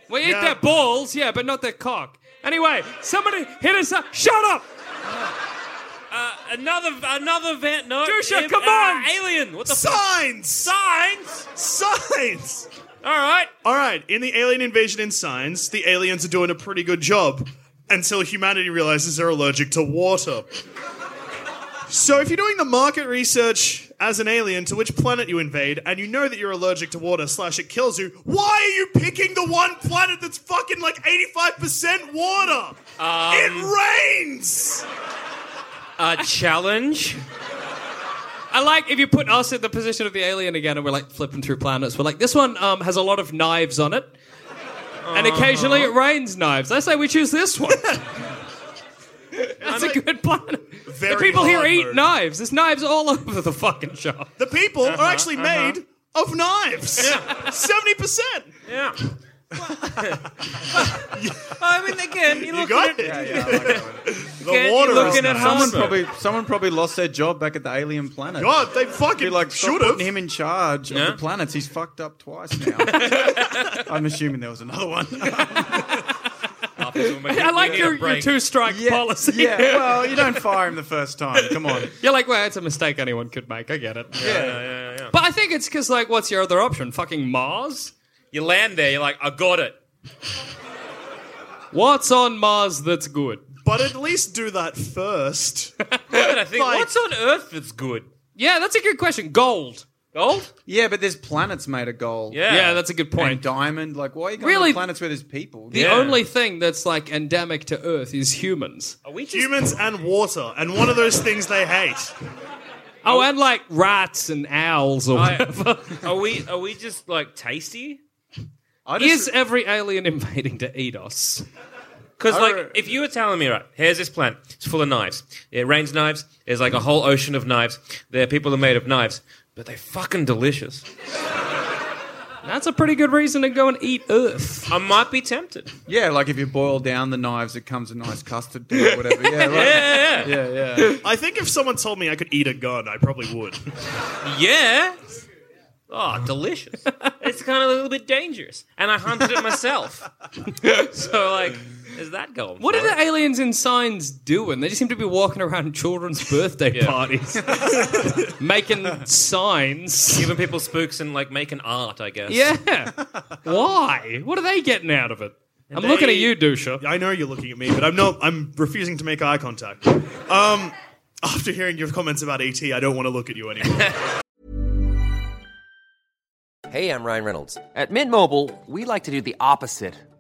S3: We eat
S2: Yeah.
S3: their balls, yeah, but not their cock. Anyway, somebody hit us up. Shut up!
S5: Another another van. No.
S3: Dusha,
S5: if-
S3: come
S5: uh,
S3: on!
S5: Alien. What the fuck?
S2: Signs!
S5: Signs.
S2: Signs!
S5: All right.
S2: All right, in the alien invasion in science, the aliens are doing a pretty good job until humanity realizes they're allergic to water. So, if you're doing the market research as an alien to which planet you invade, and you know that you're allergic to water slash it kills you, why are you picking the one planet that's fucking like 85% water? Um, it rains.
S5: A challenge.
S3: I like if you put us in the position of the alien again and we're like flipping through planets. We're like, this one um, has a lot of knives on it. And occasionally it rains knives. I say we choose this one. That's a good planet.
S2: Very
S3: the people here
S2: hard
S3: eat
S2: mode.
S3: knives. There's knives all over the fucking shop.
S2: The people are actually made of knives. Seventy percent.
S5: Yeah. I mean, again, you
S2: You
S5: look
S2: got
S5: at
S2: it.
S5: it.
S4: Yeah, I like that one.
S2: The
S5: you're
S2: water is
S5: looking at
S2: nice.
S5: how-
S4: someone
S5: Awesome.
S4: probably someone probably lost their job back at the alien planet.
S2: God, they fucking
S4: Be like, stop
S2: should
S4: putting
S2: have.
S4: him in charge
S5: Yeah.
S4: of the planets. He's fucked up twice now. I'm assuming there was another one.
S3: I like your, your two strike policy.
S4: yeah. Well, you don't fire him the first time. Come on.
S3: You're like, well, it's a mistake anyone could make. I get it.
S5: Yeah, yeah, yeah.
S3: But I think it's because, like, what's your other option? Fucking Mars?
S5: You land there, you're like, I got it.
S3: What's on Mars that's good?
S2: But at least do that first.
S5: And I think,
S2: Like-
S5: what's on Earth that's good?
S3: Yeah, that's a good question. Gold. Gold?
S4: Yeah, but there's planets made of gold.
S5: Yeah.
S3: Yeah, that's a good
S4: And
S3: point.
S4: diamond. Like, why are you going
S3: Really?
S4: to planets where there's people?
S3: The
S5: Yeah.
S3: only thing that's like endemic to Earth is humans.
S5: Are we just
S2: Humans and water, and one of those things they hate.
S3: Oh, and like rats and owls or
S5: I-
S3: whatever.
S5: are we are we just like tasty?
S4: I
S3: Is
S4: just,
S3: every alien invading to eat us?
S5: Because
S4: Alright.
S5: like, if you were telling me, right, here's this planet, it's full of knives. It rains knives. There's like a whole ocean of knives. There are people are made of knives, but they're fucking delicious.
S3: That's a pretty good reason to go and eat Earth.
S5: I might be tempted.
S4: yeah, like if you boil down the knives, it comes a nice custard or whatever. Yeah, right.
S5: Yeah, yeah,
S4: yeah, yeah.
S2: I think if someone told me I could eat a gun, I probably would.
S5: yeah. Oh, delicious. it's kind of a little bit dangerous. And I hunted it myself. so, like, is that going?
S3: What
S5: for
S3: are
S5: it?
S3: the aliens in signs doing? They just seem to be walking around children's birthday parties, making signs.
S5: Giving people spooks and, like, making art, I guess.
S3: Yeah. Why? What are they getting out of it? I'm
S5: they-
S3: looking at you, Dusha.
S2: I know you're looking at me, but I'm not. I'm refusing to make eye contact. Um, after hearing your comments about ET, I don't want to look at you anymore.
S6: Hey, I'm Ryan Reynolds. At Mint Mobile, we like to do the opposite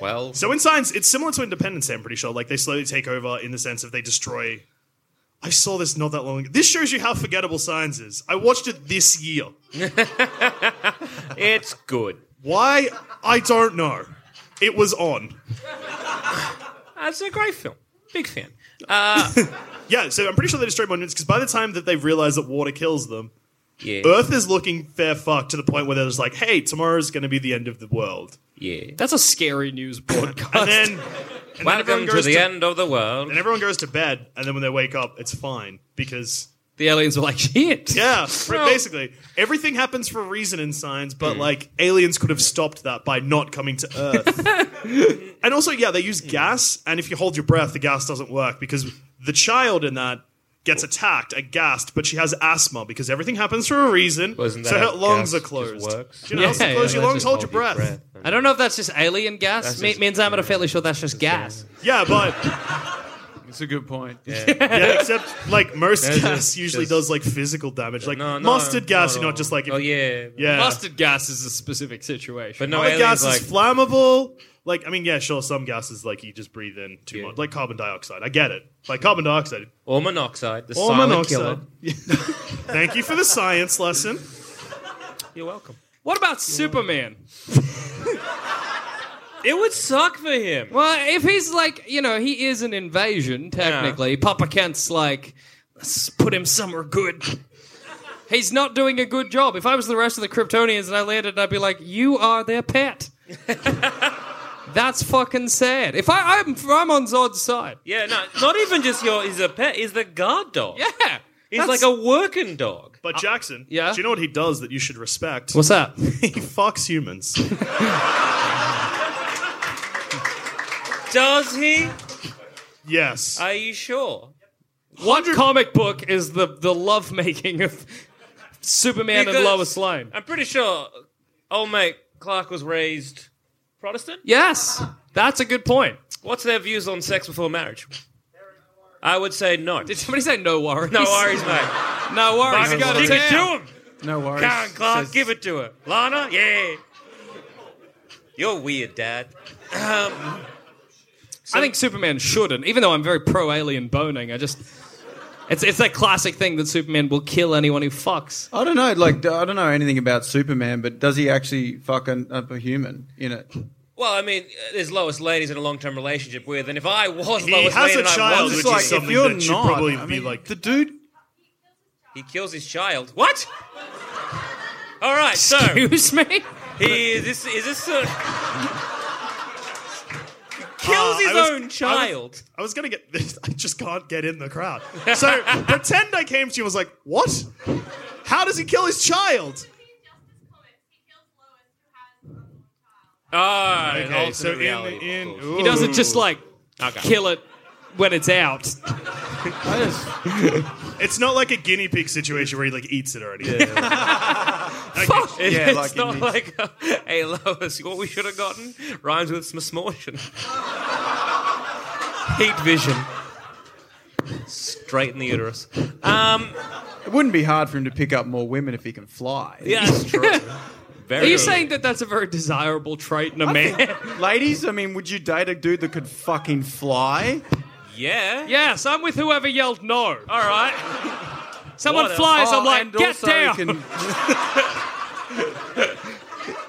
S5: Well,
S2: So in Signs, it's similar to Independence Day, I'm pretty sure. Like they slowly take over in the sense of they destroy. I saw this not that long ago. This shows you how forgettable Signs is. I watched it this year.
S5: it's good.
S2: Why? I don't know. It was on.
S5: That's a great film. Big fan.
S2: Yeah, so I'm pretty sure they destroyed monuments because by the time that they've realized that water kills them,
S5: Yeah.
S2: Earth is looking fair fuck to the point where they're just like, hey, tomorrow's going to be the end of the world.
S5: Yeah.
S3: That's a scary news broadcast.
S2: And then, and then everyone
S5: Welcome to
S2: goes
S5: the
S2: to,
S5: end of the world.
S2: and everyone goes to bed, and then when they wake up, it's fine because
S3: the aliens are like, shit.
S2: Yeah, basically everything happens for a reason in science,
S5: Hmm.
S2: but like aliens could have stopped that by not coming to Earth. and also, yeah, they
S5: Hmm.
S2: use gas, and if you hold your breath, the gas doesn't work because the child in that gets attacked, and gassed, but she has asthma because everything happens for a reason.
S5: Wasn't
S2: so
S5: that
S2: her
S5: how
S2: lungs
S5: gas
S2: are
S5: just
S2: closed.
S5: works?
S2: Do you know how else to
S3: Yeah,
S2: close your
S5: Let's
S2: lungs?
S5: just
S2: Hold your breath.
S3: I don't know if that's just alien gas.
S5: That's
S3: Me-
S5: just-
S3: me and Sam are fairly sure that's just gas.
S2: Yeah, but
S4: It's a good point.
S2: yeah, except like most
S5: There's
S2: gas
S5: just-
S2: usually
S5: there's-
S2: does like physical damage, like
S5: No, no,
S2: mustard gas.
S5: no.
S2: You're not just like if-
S5: Oh, yeah.
S2: yeah.
S3: Mustard gas is a specific situation.
S5: But no,
S2: Other
S5: aliens
S2: gas
S5: like.
S2: is flammable. Like, I mean, yeah, sure, some gases like you just breathe in too
S5: Yeah.
S2: much, like carbon dioxide. I get it. Like carbon dioxide
S5: or monoxide, the
S2: or
S5: silent killer.
S2: monoxide. Thank you for the science lesson.
S5: You're welcome.
S3: what about Superman?
S5: It would suck for him.
S3: Well, if he's like, you know, he is an invasion, technically. Papa Kent's like, let's put him somewhere good. he's not doing a good job. If I was the rest of the Kryptonians and I landed, I'd be like, you are their pet. That's fucking sad. If I, I'm, I'm on Zod's side.
S5: Yeah, no, not even just your. He's a pet. He's the guard dog.
S3: Yeah.
S5: he's
S3: that's-
S5: like a working dog.
S2: But Jackson,
S3: yeah?
S2: do you know what he does that you should respect?
S3: What's that?
S2: he fucks humans.
S5: Does he?
S2: yes.
S5: Are you sure?
S3: What comic book is the, the lovemaking of Superman
S5: Because-
S3: and Lois Lane?
S5: I'm pretty sure. Old mate Clark was raised Protestant.
S3: Yes, that's a good point.
S5: What's their views on sex before marriage? I would say no.
S3: Did somebody say no worries?
S5: No worries, mate.
S3: No worries.
S5: Fucking
S3: go to
S5: give it
S3: town.
S5: to him.
S4: No worries.
S5: Come on, Clark,
S4: Says-
S5: give it to her. Lana, yeah. You're weird, Dad.
S3: I think Superman shouldn't, even though I'm very pro alien boning. I just. It's, it's that classic thing that Superman will kill anyone who fucks.
S4: I don't know. Like I don't know anything about Superman, but does he actually fucking up a human in it?
S5: Well, I mean, uh, there's Lois Lane he's in a long-term relationship with, and if I was
S2: He
S5: Lois
S2: has
S5: Lane
S2: a
S5: and I
S2: child,
S5: was
S2: which
S5: with
S2: is
S5: you,
S2: something that should probably be like-
S4: the dude.
S5: He kills his child. What? All right. So,
S3: Excuse me.
S5: He is this is this a,
S2: kills
S5: his own child.
S2: Uh, I was, gonna get this. I just can't get in the crowd. So pretend I came to you. and Was like, what? How does he kill his child?
S3: Ah,
S2: Okay,
S3: okay,
S2: so in- in-
S3: he doesn't just
S2: ooh.
S3: like
S2: Okay.
S3: kill it when it's out.
S2: It's not like a guinea pig situation where he like eats it already.
S5: Fuck.
S2: Okay.
S5: it's not like a, hey Lois, what we should have gotten rhymes with smortion. Heat vision. Straight in the uterus. Um,
S4: it wouldn't be hard for him to pick up more women if he can fly.
S5: Yeah, that's true.
S3: Are you saying that that's a very desirable trait in a man?
S4: ladies? I mean, would you date a dude that could fucking fly?
S5: Yeah.
S3: Yes, I'm with whoever yelled no. All right. Someone
S5: What a-
S3: flies, I'm
S4: Oh,
S3: like,
S4: and
S3: get
S4: also
S3: down.
S4: He can,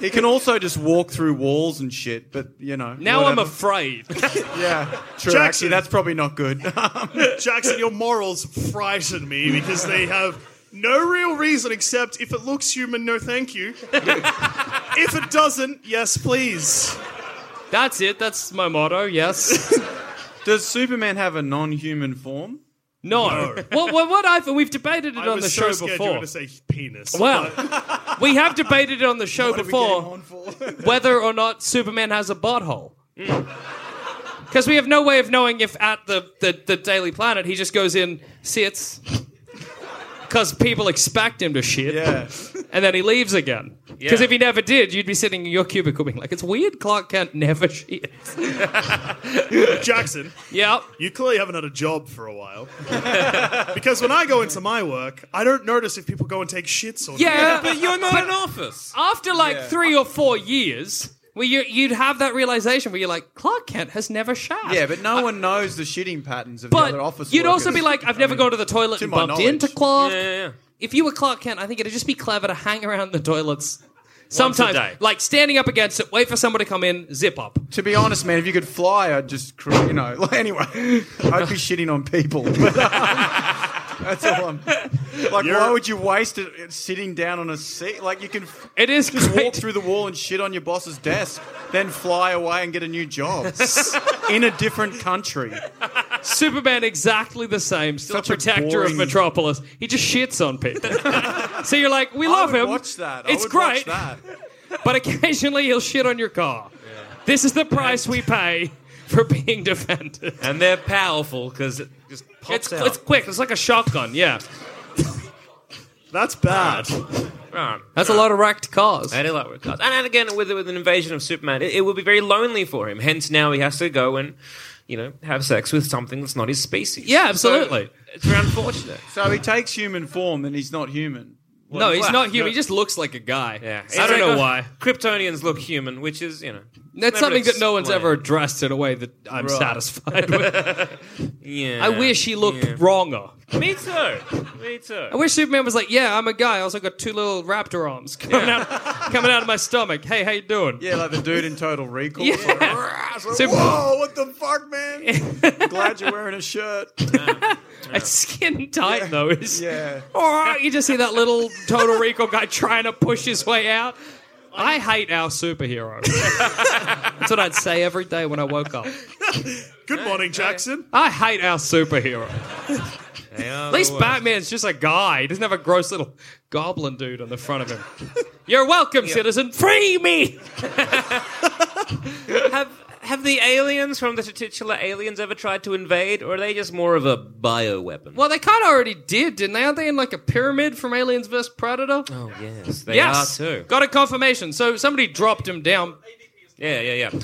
S4: he can also just walk through walls and shit. But you know,
S3: Now I'm
S4: whatever.
S3: afraid.
S4: yeah, true. Actually,
S2: Jackson.
S4: that's probably not good.
S2: Jackson, your morals frighten me because they have no real reason except if it looks human, no thank you. if it doesn't, yes, please.
S3: That's it. That's my motto. Yes.
S4: Does Superman have a non-human form?
S3: No. what, what, what I've, we've debated it
S2: I
S3: on
S2: was
S3: the
S2: so
S3: show
S2: scared you were
S3: before.
S2: going to say penis.
S3: Well,
S2: but-
S3: we have debated it on the show
S4: What are we getting
S3: before
S4: on for?
S3: whether or not Superman has a butthole. Because we have no way of knowing if at the, the, the Daily Planet he just goes in, sits, because people expect him to shit,
S4: Yeah.
S3: and then he leaves again. Because
S5: Yeah.
S3: if he never did, you'd be sitting in your cubicle being like, it's weird Clark Kent never shits.
S2: Jackson,
S3: yep.
S2: you clearly haven't had a job for a while. because when I go into my work, I don't notice if people go and take shits or not.
S3: Yeah,
S5: But you're not in office.
S3: after like three or four years, where you, you'd have that realization where you're like, Clark Kent has never shat.
S4: Yeah, but no one knows the shitting patterns of the
S3: but
S4: other office.
S3: you'd also
S4: workers.
S3: be like, I've
S4: I
S3: never
S4: mean,
S3: gone to the toilet
S4: to
S3: and
S4: my
S3: bumped
S4: knowledge.
S3: into Clark.
S5: Yeah, yeah, yeah.
S3: If you were Clark Kent, I think it'd just be clever to hang around the toilets. Sometimes,
S5: day.
S3: like standing up against it, wait for someone to come in, zip up.
S4: To be honest, man, if you could fly, I'd just, cr- you know, like, anyway, I'd be shitting on people. But, um, that's all I'm. Like, why would you waste it it sitting down on a seat? Like, you can f-
S3: It is
S4: just
S3: great.
S4: walk through the wall and shit on your boss's desk, then fly away and get a new job in a different country.
S3: Superman exactly the same, still
S4: Such a
S3: protector
S4: boring-
S3: of Metropolis. He just shits on people. so you're like, we
S4: I
S3: love
S4: would
S3: him.
S4: watch that. I
S3: It's
S4: would
S3: great,
S4: Watch that.
S3: but occasionally he'll shit on your car. This is the price we pay for being defended.
S5: And they're powerful because it just pops
S3: It's,
S5: out.
S3: it's quick. It's like a shotgun. Yeah,
S2: That's bad.
S5: Right.
S3: that's a lot of wrecked cars.
S5: And, like with cars. and and again, with with an invasion of Superman, it, it would be very lonely for him. Hence, now he has to go and, you know, have sex with something that's not his species.
S3: Yeah, absolutely.
S5: So, it's very unfortunate.
S4: So he takes human form and he's not human.
S3: no, he's
S5: Well,
S3: not human.
S5: no.
S3: He just looks like a guy.
S5: Yeah,
S3: I don't know
S5: It's-
S3: why.
S5: Kryptonians look human, which is you know
S3: That's
S5: never
S3: something that no one's
S5: explained.
S3: ever addressed in a way that I'm satisfied with.
S5: Yeah,
S3: I wish he looked wronger.
S5: Me too. Me too.
S3: I wish Superman was like, "Yeah, I'm a guy. I also got two little raptor arms coming out, coming out of my stomach. Hey, how you doing?"
S4: Yeah, like the dude in Total Recall.
S3: Yeah.
S4: It's like, "Rah!" It's like,
S3: Super-
S4: Whoa, what the fuck, man? Glad you're wearing a shirt.
S3: It's skin tight though. Is
S4: Yeah.
S3: Or you just see that little Total Recall guy trying to push his way out. I hate our superhero. That's what I'd say every day when I woke up.
S2: Good morning, Jackson.
S3: I hate our superhero.
S5: At
S3: At least Batman's just a guy. He doesn't have a gross little goblin dude on the front of him. You're welcome, citizen. Free me.
S5: have have the aliens from the titular aliens ever tried to invade, or are they just more of a bioweapon?
S3: Well, they kind of already did, didn't they? Aren't they in like a pyramid from Aliens vs Predator?
S5: Oh yes, they
S3: yes.
S5: are too.
S3: Got a confirmation. So somebody dropped him down.
S5: Yeah, yeah, yeah.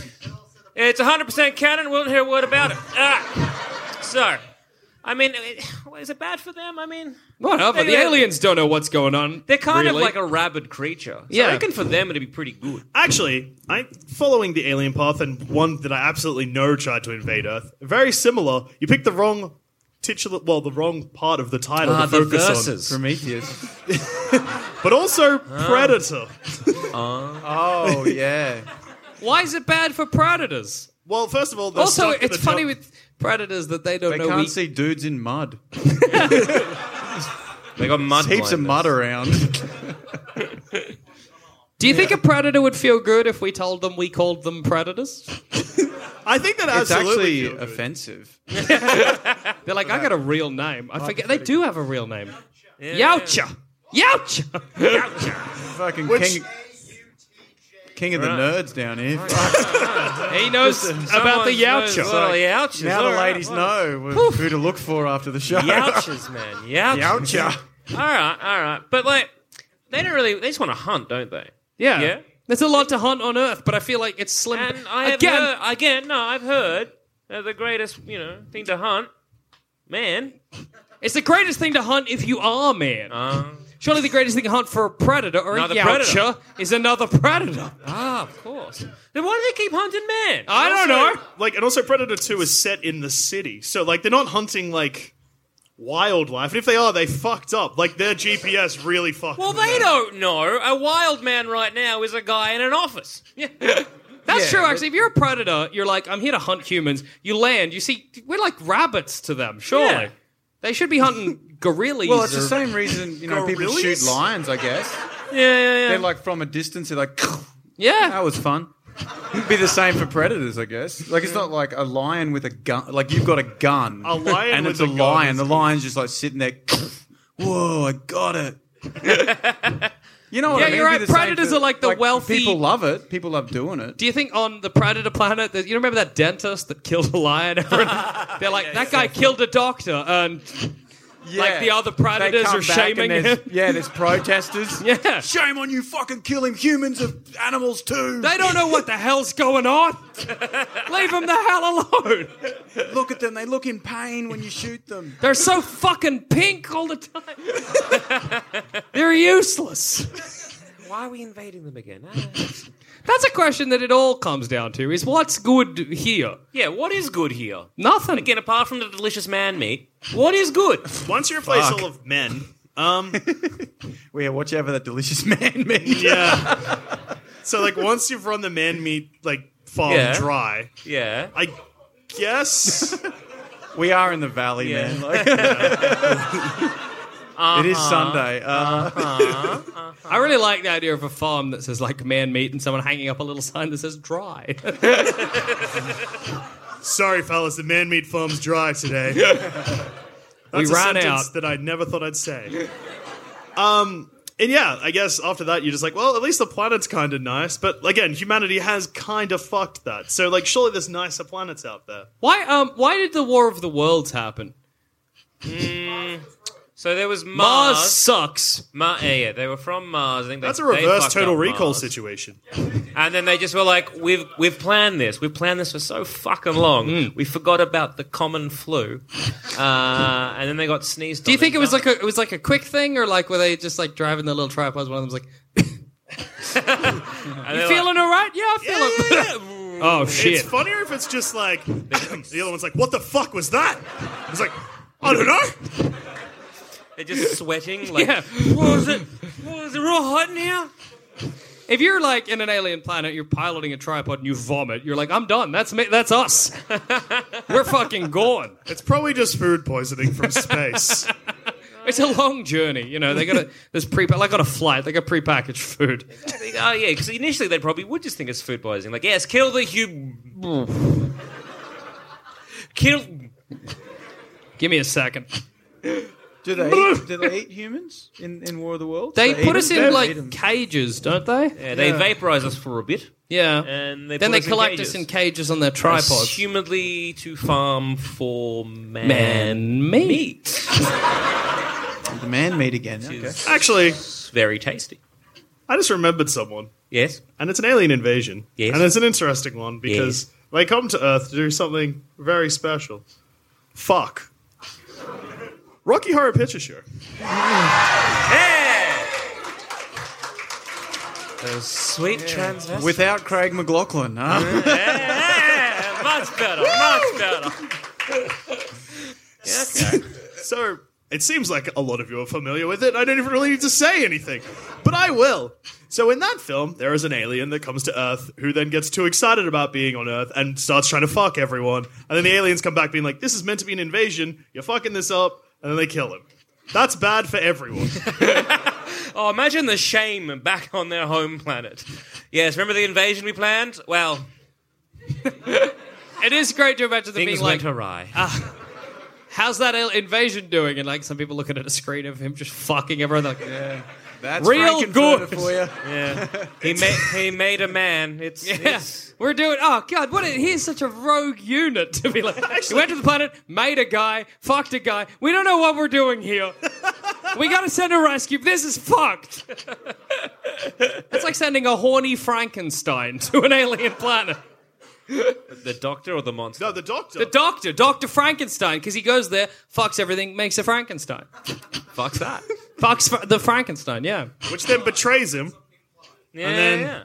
S5: It's 100% canon. We won't hear a word about it. Ah. So, I mean, it- well, is it bad for them? I mean,
S3: Whatever.
S5: They-
S3: The aliens don't know what's going on.
S5: they're kind
S3: really.
S5: of like a rabid creature. So
S3: Yeah.
S5: I reckon for them it'd be pretty good.
S2: Actually, I following the alien path and one that I absolutely know tried to invade Earth. Very similar. You picked the wrong titular, well, the wrong part of the title
S5: Ah,
S2: to
S5: the
S2: focus
S5: verses.
S4: Prometheus.
S2: on, but also Predator.
S4: Oh yeah.
S3: Why is it bad for predators?
S2: Well, first of all, they're
S3: Also,
S2: stuck at
S3: it's
S2: the
S3: funny
S2: top-
S3: with predators that they don't
S4: They
S3: know.
S4: can't
S3: We,
S4: see dudes in mud.
S5: They got mud.
S4: There's heaps of mud around.
S3: Do you think a predator would feel good if we told them we called them predators?
S2: I think that
S4: it's
S2: absolutely
S4: actually offensive.
S3: They're like, I got a real name.
S5: Oh,
S3: I forget. They do have a real name. Yowcha. Yowcha.
S4: Fucking
S3: Which-
S4: king, king of the nerds down here.
S3: He knows about the
S4: Someone's
S3: Yowcha.
S4: knows about the Yowchas. Now the ladies know who to look for after the show.
S5: Yowchas, man. Yowchas.
S4: Yowcha.
S5: all right, all right. But like, they don't really. They just want to hunt, don't they?
S3: Yeah.
S5: Yeah.
S3: There's a lot to hunt on Earth, but I feel like it's slim.
S5: And I have
S3: Again.
S5: heard, again, no, I've heard they're the greatest, you know, thing to hunt. Man,
S3: It's the greatest thing to hunt if you are man. Surely the greatest thing to hunt for a predator or a
S5: Uh. Another
S3: Yowcha
S5: predator.
S3: is another predator.
S5: ah, of course. Then why do they keep hunting man?
S3: Oh, I don't know.
S2: Like, and also Predator Two is set in the city, so like they're not hunting like wildlife. And if they are, they fucked up. Like their GPS really fucked.
S5: Well,
S2: them
S5: they
S2: up.
S5: don't know. A wild man right now is a guy in an office. Yeah.
S3: That's
S5: Yeah,
S3: true,
S5: but-
S3: actually. If you're a predator, you're like, I'm here to hunt humans. You land, you see, we're like rabbits to them, surely.
S5: Yeah.
S3: They should be hunting gorillas.
S4: Well, it's the
S3: or-
S4: same reason you know people
S3: Gorillas?
S4: shoot lions. I guess
S5: Yeah, yeah,
S4: they're
S5: yeah.
S4: like from a distance. They're like,
S3: Yeah.
S4: that was fun. It'd be the same for predators, I guess. Like it's not like a lion with a gun. Like you've got a gun,
S2: A lion
S4: and
S2: with
S4: it's a
S2: a gun
S4: lion.
S2: is
S4: The
S2: good.
S4: lion's just like sitting there. Whoa, I got it. you know what
S3: Yeah,
S4: I
S3: you're
S4: mean? It'd be
S3: right.
S4: the same
S3: Predators
S4: for-
S3: are like the wealthy-
S4: People love it. People love doing it.
S3: Do you think on the Predator planet, that, you remember that dentist that killed a lion? They're like, that guy killed a doctor, and like the other
S4: They
S3: predators
S4: come
S3: are
S4: back and
S3: shaming
S4: there's-
S3: him.
S4: Yeah, there's protesters.
S3: Yeah.
S4: Shame on you fucking killing humans of animals too.
S3: They don't know what the hell's going on. Leave them the hell alone.
S4: look at them. They look in pain when you shoot them.
S3: They're so fucking pink all the time. They're useless.
S5: Why are we invading them again? Ah.
S3: That's a question that it all comes down to is what's good here?
S5: yeah, what is good here?
S3: Nothing.
S5: Again, apart from the delicious man meat, what is good?
S2: Once you replace
S4: Fuck.
S2: all of men, um,
S4: Well, yeah, watch out for that delicious man meat.
S2: yeah. so like once you've run the man meat like farm
S5: Yeah.
S2: dry,
S5: Yeah.
S2: I guess
S4: We are in the valley,
S5: Yeah.
S4: man. Uh-huh. Like, It is Sunday. Uh,
S3: I really like the idea of a farm that says like man meat and someone hanging up a little sign that says dry.
S2: sorry, fellas, the man meat farm's dry today. That's
S3: We
S2: a
S3: ran
S2: sentence
S3: out.
S2: that I never thought I'd say. Um. And yeah, I guess after that you're just like, well, at least the planet's kind of nice. But again, humanity has kind of fucked that. So like, surely there's nicer planets out there.
S3: why um why did the War of the Worlds happen?
S5: So there was
S3: Mars
S5: Mars.
S3: sucks.
S5: Ma- yeah, yeah, they were from Mars. I think they,
S2: That's a
S5: they
S2: reverse
S5: fucked
S2: Total
S5: up
S2: Recall
S5: Mars.
S2: situation.
S5: And then they just were like, "We've we've planned this. We've planned this for so fucking long.
S3: Mm.
S5: We forgot about the common flu." Uh, and then they got sneezed.
S3: Do you think it was like a it was like a quick thing or like were they just like driving their little tripods? One of them's like, "You feeling all right? Yeah, I feel it." oh
S2: It's
S3: shit!
S2: funnier if it's just like the other one's like, "What the fuck was that?" It's like, I don't know.
S5: They're just sweating. Like,
S3: Yeah.
S5: what was it? What was it real hot in here?
S3: If you're like in an alien planet, you're piloting a tripod and you vomit. You're like, "I'm done. That's me. That's us. We're fucking gone."
S2: It's probably just food poisoning from space.
S3: It's a long journey, you know. They got to there's pre like on a flight, they got prepackaged food.
S5: Oh yeah, because initially they probably would just think it's food poisoning. Like, yes, kill the hum. kill.
S3: Give me a second.
S4: do, they eat, do they eat humans in, in War of the Worlds?
S3: They
S4: eat
S3: put us
S4: them?
S3: in
S4: They eat them.
S3: like cages, don't they?
S5: Yeah, they vaporize us for a bit.
S3: Yeah.
S5: And they
S3: then
S5: put
S3: they
S5: us in
S3: collect
S5: cages.
S3: us in cages on their tripods.
S5: Assumedly to farm for man,
S3: Man meat.
S4: the man meat again. Okay.
S2: Actually,
S5: It's very tasty.
S2: I just remembered someone,
S5: Yes.
S2: and it's an alien invasion.
S5: Yes.
S2: And it's an interesting one because they come to Earth to do something very special. Fuck. Rocky Horror Picture Show.
S5: Those sweet transvestites.
S4: Without Craig McLaughlin. Huh?
S5: Yeah, much better, much better.
S2: So it seems like a lot of you are familiar with it. I don't even really need to say anything, but I will. So in that film, there is an alien that comes to Earth who then gets too excited about being on Earth and starts trying to fuck everyone. And then the aliens come back being like, "This is meant to be an invasion. You're fucking this up," and then they kill him. That's bad for everyone.
S5: Oh, imagine the shame back on their home planet. Yes, remember the invasion we planned? Well,
S3: It is great to imagine them
S5: Things
S3: being like,
S5: went awry.
S3: "Ah, how's that al- invasion doing? And like some people looking at a screen of him just fucking everyone. They're like, yeah,
S4: That's
S3: real good.
S4: for you.
S5: Yeah. he made he made a man. It's,
S3: Yeah,
S5: it's
S3: we're doing. Oh god, what? A, he is such a rogue unit to be like. he went to the planet, made a guy, fucked a guy. We don't know what we're doing here. we gotta send a rescue. This is fucked. it's like sending a horny Frankenstein to an alien planet.
S5: the doctor or the monster.
S2: No, the doctor.
S3: The doctor, Doctor Frankenstein, because he goes there, fucks everything, makes a Frankenstein,
S5: Fuck that.
S3: fucks fr- the Frankenstein. Yeah,
S2: which then betrays him.
S5: Yeah.
S2: And then-
S5: yeah.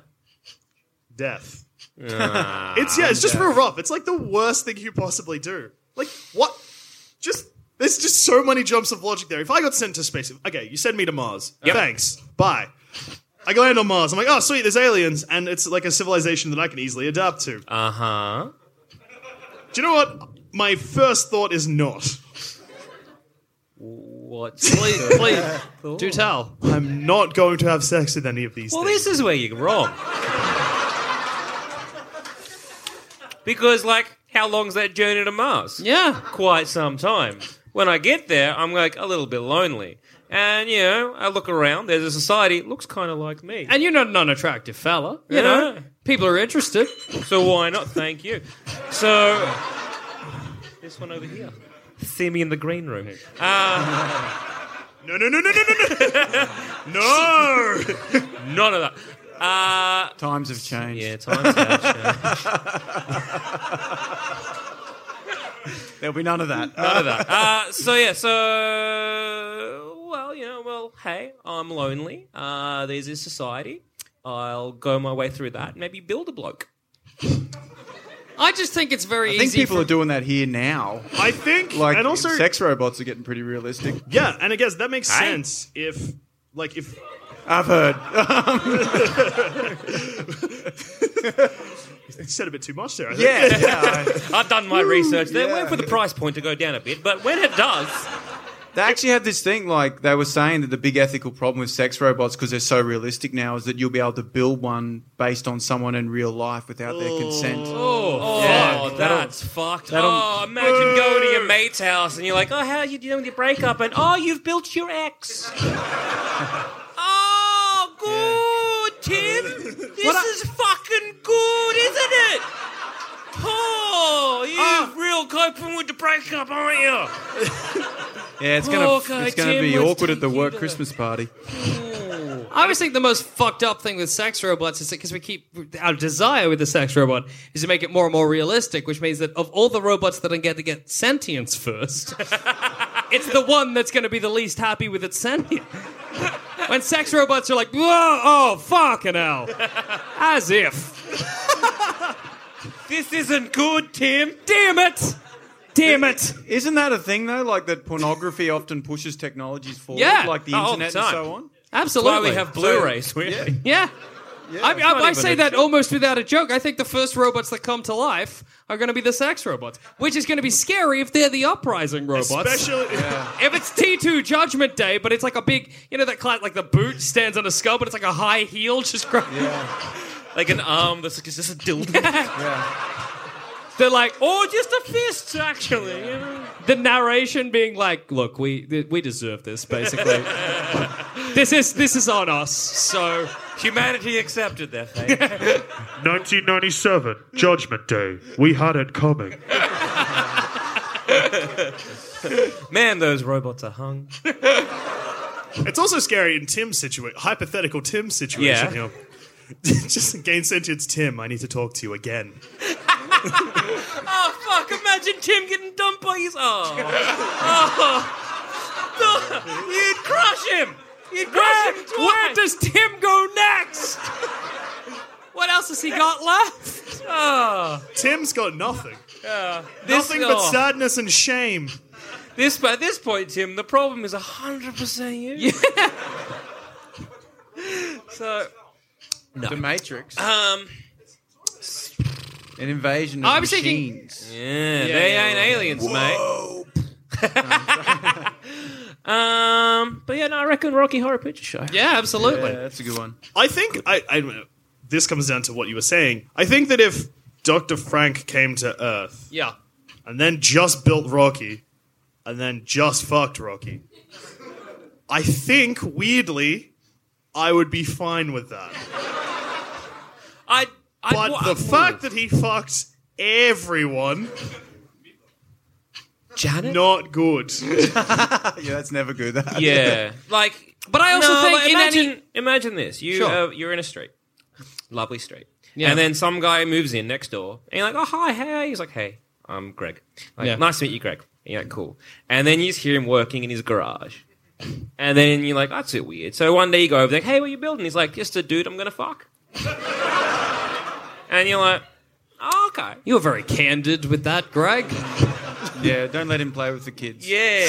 S2: Death. it's yeah, it's just real rough. It's like the worst thing you possibly do. Like what? Just there's just so many jumps of logic there. If I got sent to space, okay, you send me to Mars. Thanks. Bye. I go land on Mars. I'm like, oh sweet, there's aliens, and it's like a civilization that I can easily adapt to.
S5: Uh huh.
S2: Do you know what? My first thought is not.
S5: What?
S3: please, please do tell.
S2: I'm not going to have sex with any of these.
S5: Well,
S2: things.
S5: this is where you're wrong. because, like, how long's that journey to Mars?
S3: Yeah,
S5: Quite some time. When I get there, I'm like a little bit lonely. And, you know, I look around, there's a society, looks kind of like me.
S3: and you're not an unattractive fella. You
S5: Yeah.
S3: know, people are interested.
S5: So why not? Thank you. So this one over here. See me in the green room.
S2: no, no, no, no, no, no, no, no.
S5: None of that. Uh,
S4: Times have changed.
S5: yeah, time's out.
S4: There'll be none of that.
S5: None of that. Uh, so yeah, so well, you know, well, hey, I'm lonely. Uh, there's this society. I'll go my way through that. Maybe build a bloke.
S3: I just think it's very
S4: I think
S3: easy.
S4: people
S3: for-
S4: are doing that here now.
S2: I think,
S4: Like,
S2: and also
S4: sex robots are getting pretty realistic.
S2: Yeah, and I guess that makes
S5: Aye.
S2: sense if, like, if
S4: I've heard.
S2: I said a bit too much there. I think.
S4: Yeah. yeah.
S5: I've done my research. They're
S4: yeah.
S5: waiting for the price point to go down a bit, but when it does,
S4: They actually had this thing, like they were saying that the big ethical problem with sex robots, because they're so realistic now, is that you'll be able to build one based on someone in real life without their consent.
S5: oh, that's fucked. Oh, imagine going to your mate's house and you're like, oh, how are you dealing with your breakup? And oh, you've built your ex. oh, good, Tim. This is fucking good, isn't it? Oh, you real coping with the breakup, aren't you?
S4: Yeah, it's gonna
S5: Okay,
S4: it's gonna
S5: Tim,
S4: be
S5: let's
S4: awkward at the
S5: take
S4: work
S5: you to-
S4: Christmas party.
S3: I always think the most fucked up thing with sex robots is because we keep our desire with the sex robot is to make it more and more realistic, which means that of all the robots that are going to get sentience first, it's the one that's going to be the least happy with its sentience. when sex robots are like, whoa, oh, fucking hell, as if,
S5: This isn't good, Tim.
S3: damn it, damn it.
S4: Isn't that a thing though? Like that pornography often pushes technologies forward,
S3: Yeah.
S4: like the
S5: Oh, all the
S4: internet
S5: time.
S4: and so on.
S3: Absolutely.
S5: Why we have Blu-rays? Really?
S3: Yeah. I,
S5: not
S3: I, I
S5: even
S3: say
S5: a
S3: that almost without a joke. I think the first robots that come to life are going to be the sex robots, which is going to be scary if they're the uprising robots.
S2: especially
S3: if it's T2 Judgment Day, but it's like a big, you know, that class, like the boot stands on a skull, but it's like a high heel just gro-
S5: Like an arm that's is just a dildo.
S3: They're like, "Oh,
S5: or just a fist, actually. you know?
S3: the narration being like, look, we th- we deserve this, basically. this is this is on us. So
S5: Humanity accepted their fate.
S2: 1997 Judgment Day. We had it coming.
S5: Man, those robots are hung.
S2: It's also scary in Tim's situation, hypothetical Tim's situation.
S5: Yeah.
S2: You know. Just again, sentence Tim. I need to talk to you again.
S5: Oh fuck! Imagine Tim getting dumped by his. Oh, oh. No, you'd crush him. You'd crush him.
S3: where
S5: Twice.
S3: does Tim go next? What else has he got left?
S5: Oh,
S2: Tim's got nothing.
S5: this,
S2: nothing but
S5: oh.
S2: sadness and shame.
S5: this by this point, Tim, the problem is hundred percent you. Yeah. so
S4: The Matrix,
S5: um,
S4: an invasion of
S3: I was thinking-
S4: machines.
S5: yeah, they ain't aliens, mate. Um, but yeah, no, I reckon Rocky Horror Picture Show.
S3: Yeah, absolutely.
S4: that's a good one.
S2: I think I, I. This comes down to what you were saying. I think that if Doctor Frank came to Earth,
S3: Yeah.
S2: and then just built Rocky, and then just fucked Rocky, I think weirdly, I would be fine with that.
S5: I. I
S2: but
S5: wa-
S2: the fact that he fucked everyone.
S5: Janet?
S2: Not good.
S4: yeah, that's never good.
S5: Yeah. like,
S3: But I also
S5: No,
S3: think
S5: but
S3: in any-
S5: imagine imagine this. You
S3: Sure.
S5: uh, you're in a street, lovely street,
S3: Yeah.
S5: and then some guy moves in next door, and you're like, oh hi, hey. He's like, hey, I'm Greg. Like,
S3: Yeah.
S5: nice to meet you, Greg. And you're like, cool. And then you just hear him working in his garage, and then you're like, that's a bit weird. So one day you go over there, hey, what are you building? He's like, just a dude I'm gonna fuck. and you're like, oh, okay,
S3: You were very candid with that, Greg.
S4: yeah, don't let him play with the kids.
S5: yeah.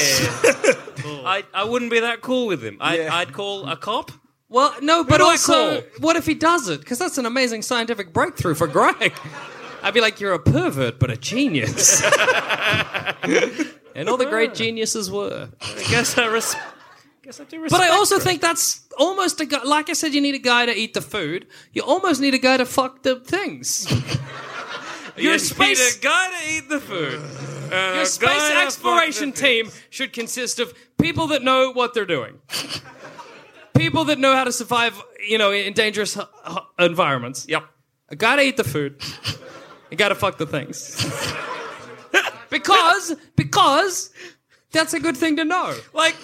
S5: I I wouldn't be that cool with him. I, I'd call a cop.
S3: Well, no, but
S5: do I
S3: also,
S5: call?
S3: what if he does it? Because that's an amazing scientific breakthrough for Greg. I'd be like, you're a pervert, but a genius. and all the great geniuses were.
S5: I guess I res- guess I do respect.
S3: But I also
S5: Greg.
S3: think that's almost a guy. Like I said, you need a guy to eat the food. You almost need a guy to fuck the things. Your
S5: You need a
S3: space-
S5: guy to eat the food. Uh,
S3: Your space exploration team should consist of people that know what they're doing, people that know how to survive, you know, in dangerous h- h- environments.
S5: Yep.
S3: I gotta eat the food. I gotta fuck the things. because, because that's a good thing to know. Like,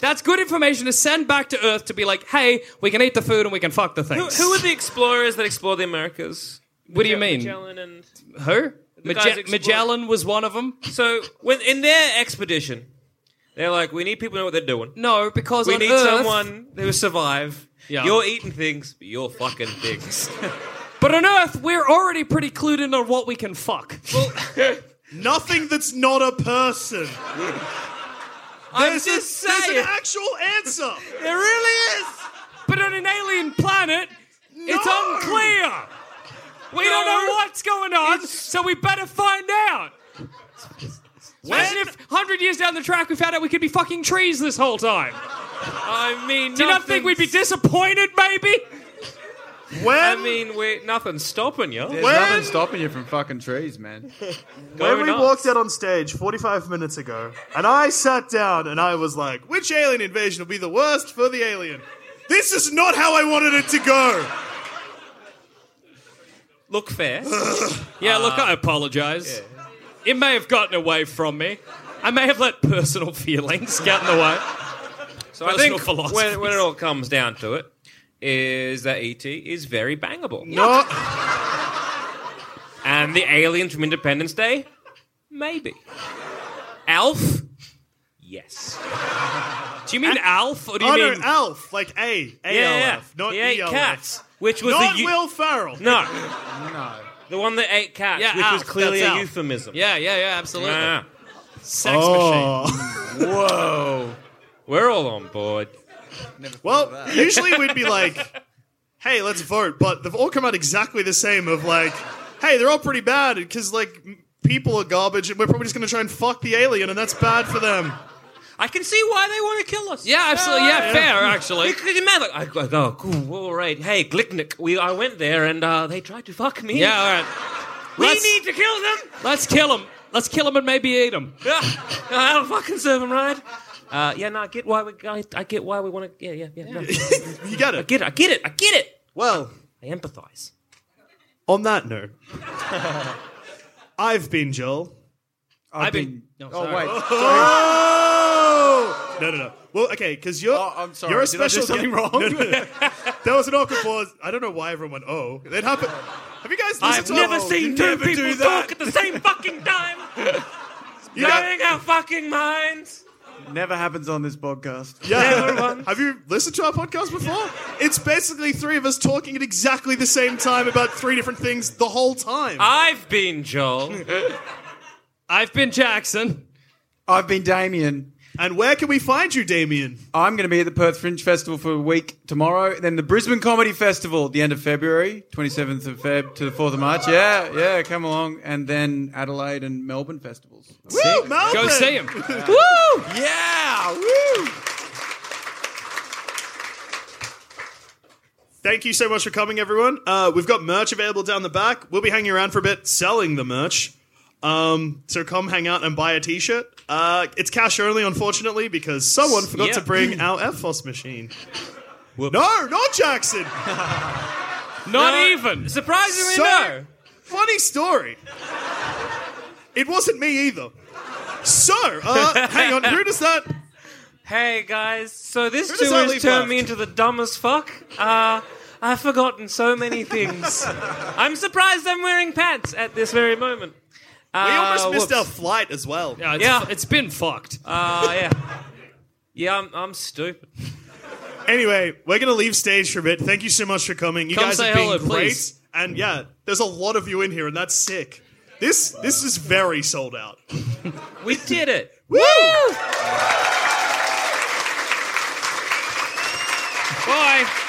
S3: that's good information to send back to Earth to be like, hey, we can eat the food and we can fuck the
S5: Who,
S3: things.
S5: who are the explorers that explore the Americas?
S3: what do you
S5: Ma-
S3: mean?
S5: Magellan and
S3: Who?
S5: guys
S3: Maje-
S5: explore-
S3: Magellan was one of them.
S5: so when in their expedition, they're like, we need people to know what they're doing.
S3: No, because
S5: we
S3: on
S5: need
S3: Earth,
S5: someone who will survive.
S3: Yeah.
S5: You're eating things, but you're fucking things.
S3: But on Earth, we're already pretty clued in on what we can fuck.
S2: Nothing that's not a person.
S5: I'm
S2: There's,
S5: just
S2: a, there's
S5: saying,
S2: an actual answer.
S5: it really is.
S3: But on an alien planet, it's
S2: No!
S3: unclear. We don't know
S5: No.
S3: what's going on, so we better find out. Imagine if 100 years down the track we found out we could be fucking trees this whole time.
S5: I mean,
S3: Do you not think we'd be disappointed, maybe?
S2: When,
S5: I mean, we nothing's stopping you.
S4: There's
S2: When-
S4: nothing stopping you from fucking trees, man.
S2: when we
S5: nuts.
S2: walked out on stage 45 minutes ago, and I sat down and I was like, which alien invasion will be the worst for the alien? This is not how I wanted it to go.
S5: Look fair.
S3: Yeah, look, I apologize. It may have gotten away from me. I may have let personal feelings get in the way.
S5: So I
S3: Personal
S5: think
S3: philosophies.
S5: when, when it all comes down to it, is that ET is very bangable.
S2: No,
S5: And the aliens from Independence Day? Maybe. Alf? Yes.
S3: Do you mean Alf, or do you
S2: oh no,
S3: mean E
S2: Alf, like A, A L F, not
S5: the eight
S2: E L F.
S5: cats. Which was
S2: Not
S5: the eu-
S2: Will Ferrell.
S5: No.
S4: No.
S5: The one that ate cats,
S3: Yeah,
S5: which
S3: Alf,
S5: was clearly
S3: that's
S5: a
S3: Alf.
S5: euphemism.
S3: Yeah, yeah, yeah, absolutely.
S5: Yeah.
S3: Sex
S2: Oh.
S3: machine.
S5: Oh.
S4: Whoa.
S5: We're all on board.
S2: Well, usually we'd be like, hey, let's vote, but they've all come out exactly the same of like, hey, they're all pretty bad because like m- people are garbage and we're probably just going to try and fuck the alien and that's bad for them.
S5: I can see why they want to kill us. Uh,
S3: Yeah, absolutely. Yeah, fair, actually.
S5: Because you man, like, I go, oh, cool, all right. Hey, Glicknick, we, I went there and uh, they tried to fuck me.
S3: Yeah, all right.
S5: we
S3: let's-
S5: need to kill them.
S3: Let's kill him. Let's kill him and maybe eat him.
S5: Yeah, I'll fucking serve him right. Uh, yeah, no, I get why we. I, I get why we want to. Yeah, yeah, yeah. no.
S2: You get
S5: I
S2: it.
S5: get it. I get it. I get it.
S2: Well,
S5: I empathise.
S2: on that note, I've been Joel.
S4: I've
S3: been-
S4: been.
S3: no,
S4: oh
S3: sorry.
S4: wait.
S2: Oh! No, no, no. Well, okay, because you're.
S4: Oh, I'm sorry.
S2: You're a
S4: Did I do
S2: special
S4: something
S2: guest-
S4: wrong?
S2: No, no, no. There was an awkward pause. I don't know why everyone went, oh. It happened. Have you guys listened
S5: I've
S2: to
S5: never
S2: Oh,
S5: seen
S2: you
S5: two
S2: never do
S5: people
S2: that.
S5: talk at the same fucking time,
S2: You got-
S5: blowing our fucking minds.
S4: Never happens on this podcast.
S2: Yeah. Have you listened to our podcast before? It's basically three of us talking at exactly the same time about three different things the whole time.
S5: I've been Joel.
S3: I've been Jackson.
S4: I've been Damien.
S2: And where can we find you, Damien?
S4: I'm going to be at the Perth Fringe Festival for a week tomorrow, then the Brisbane Comedy Festival at the end of February, 27th of Feb to the 4th of March. Yeah, yeah, come along. And then Adelaide and Melbourne festivals.
S2: Woo, Melbourne!
S3: Go see him.
S2: Woo!
S4: Yeah! Woo!
S2: Thank you so much for coming, everyone. Uh, we've got merch available down the back. We'll be hanging around for a bit selling the merch. Um, so come hang out and buy a t shirt. Uh, it's cash only, unfortunately, because someone forgot
S3: Yeah.
S2: to bring our FOSS machine. No, not Jackson.
S3: Not even. Surprisingly,
S2: So-
S3: no.
S2: Funny story. It wasn't me either. So, uh, hang on, who does that?
S5: Hey guys, so this
S2: Who does
S5: tour
S2: that
S5: has
S2: leave
S5: turned me into the dumb as fuck. Uh, I've forgotten so many things. I'm surprised I'm wearing pants at this very moment.
S2: we
S5: Uh,
S2: almost missed
S5: whoops.
S2: our flight as well.
S3: Yeah, it's,
S5: Yeah.
S3: it's been fucked.
S5: Uh, yeah. Yeah, I'm, I'm stupid.
S2: Anyway, we're gonna leave stage for a bit. Thank you so much for coming. You
S3: Come
S2: guys
S3: say
S2: have been
S3: hello,
S2: great.
S3: please.
S2: And yeah, there's a lot of you in here, and that's sick. This this is very sold out.
S5: We did it.
S2: Woo!
S3: Bye.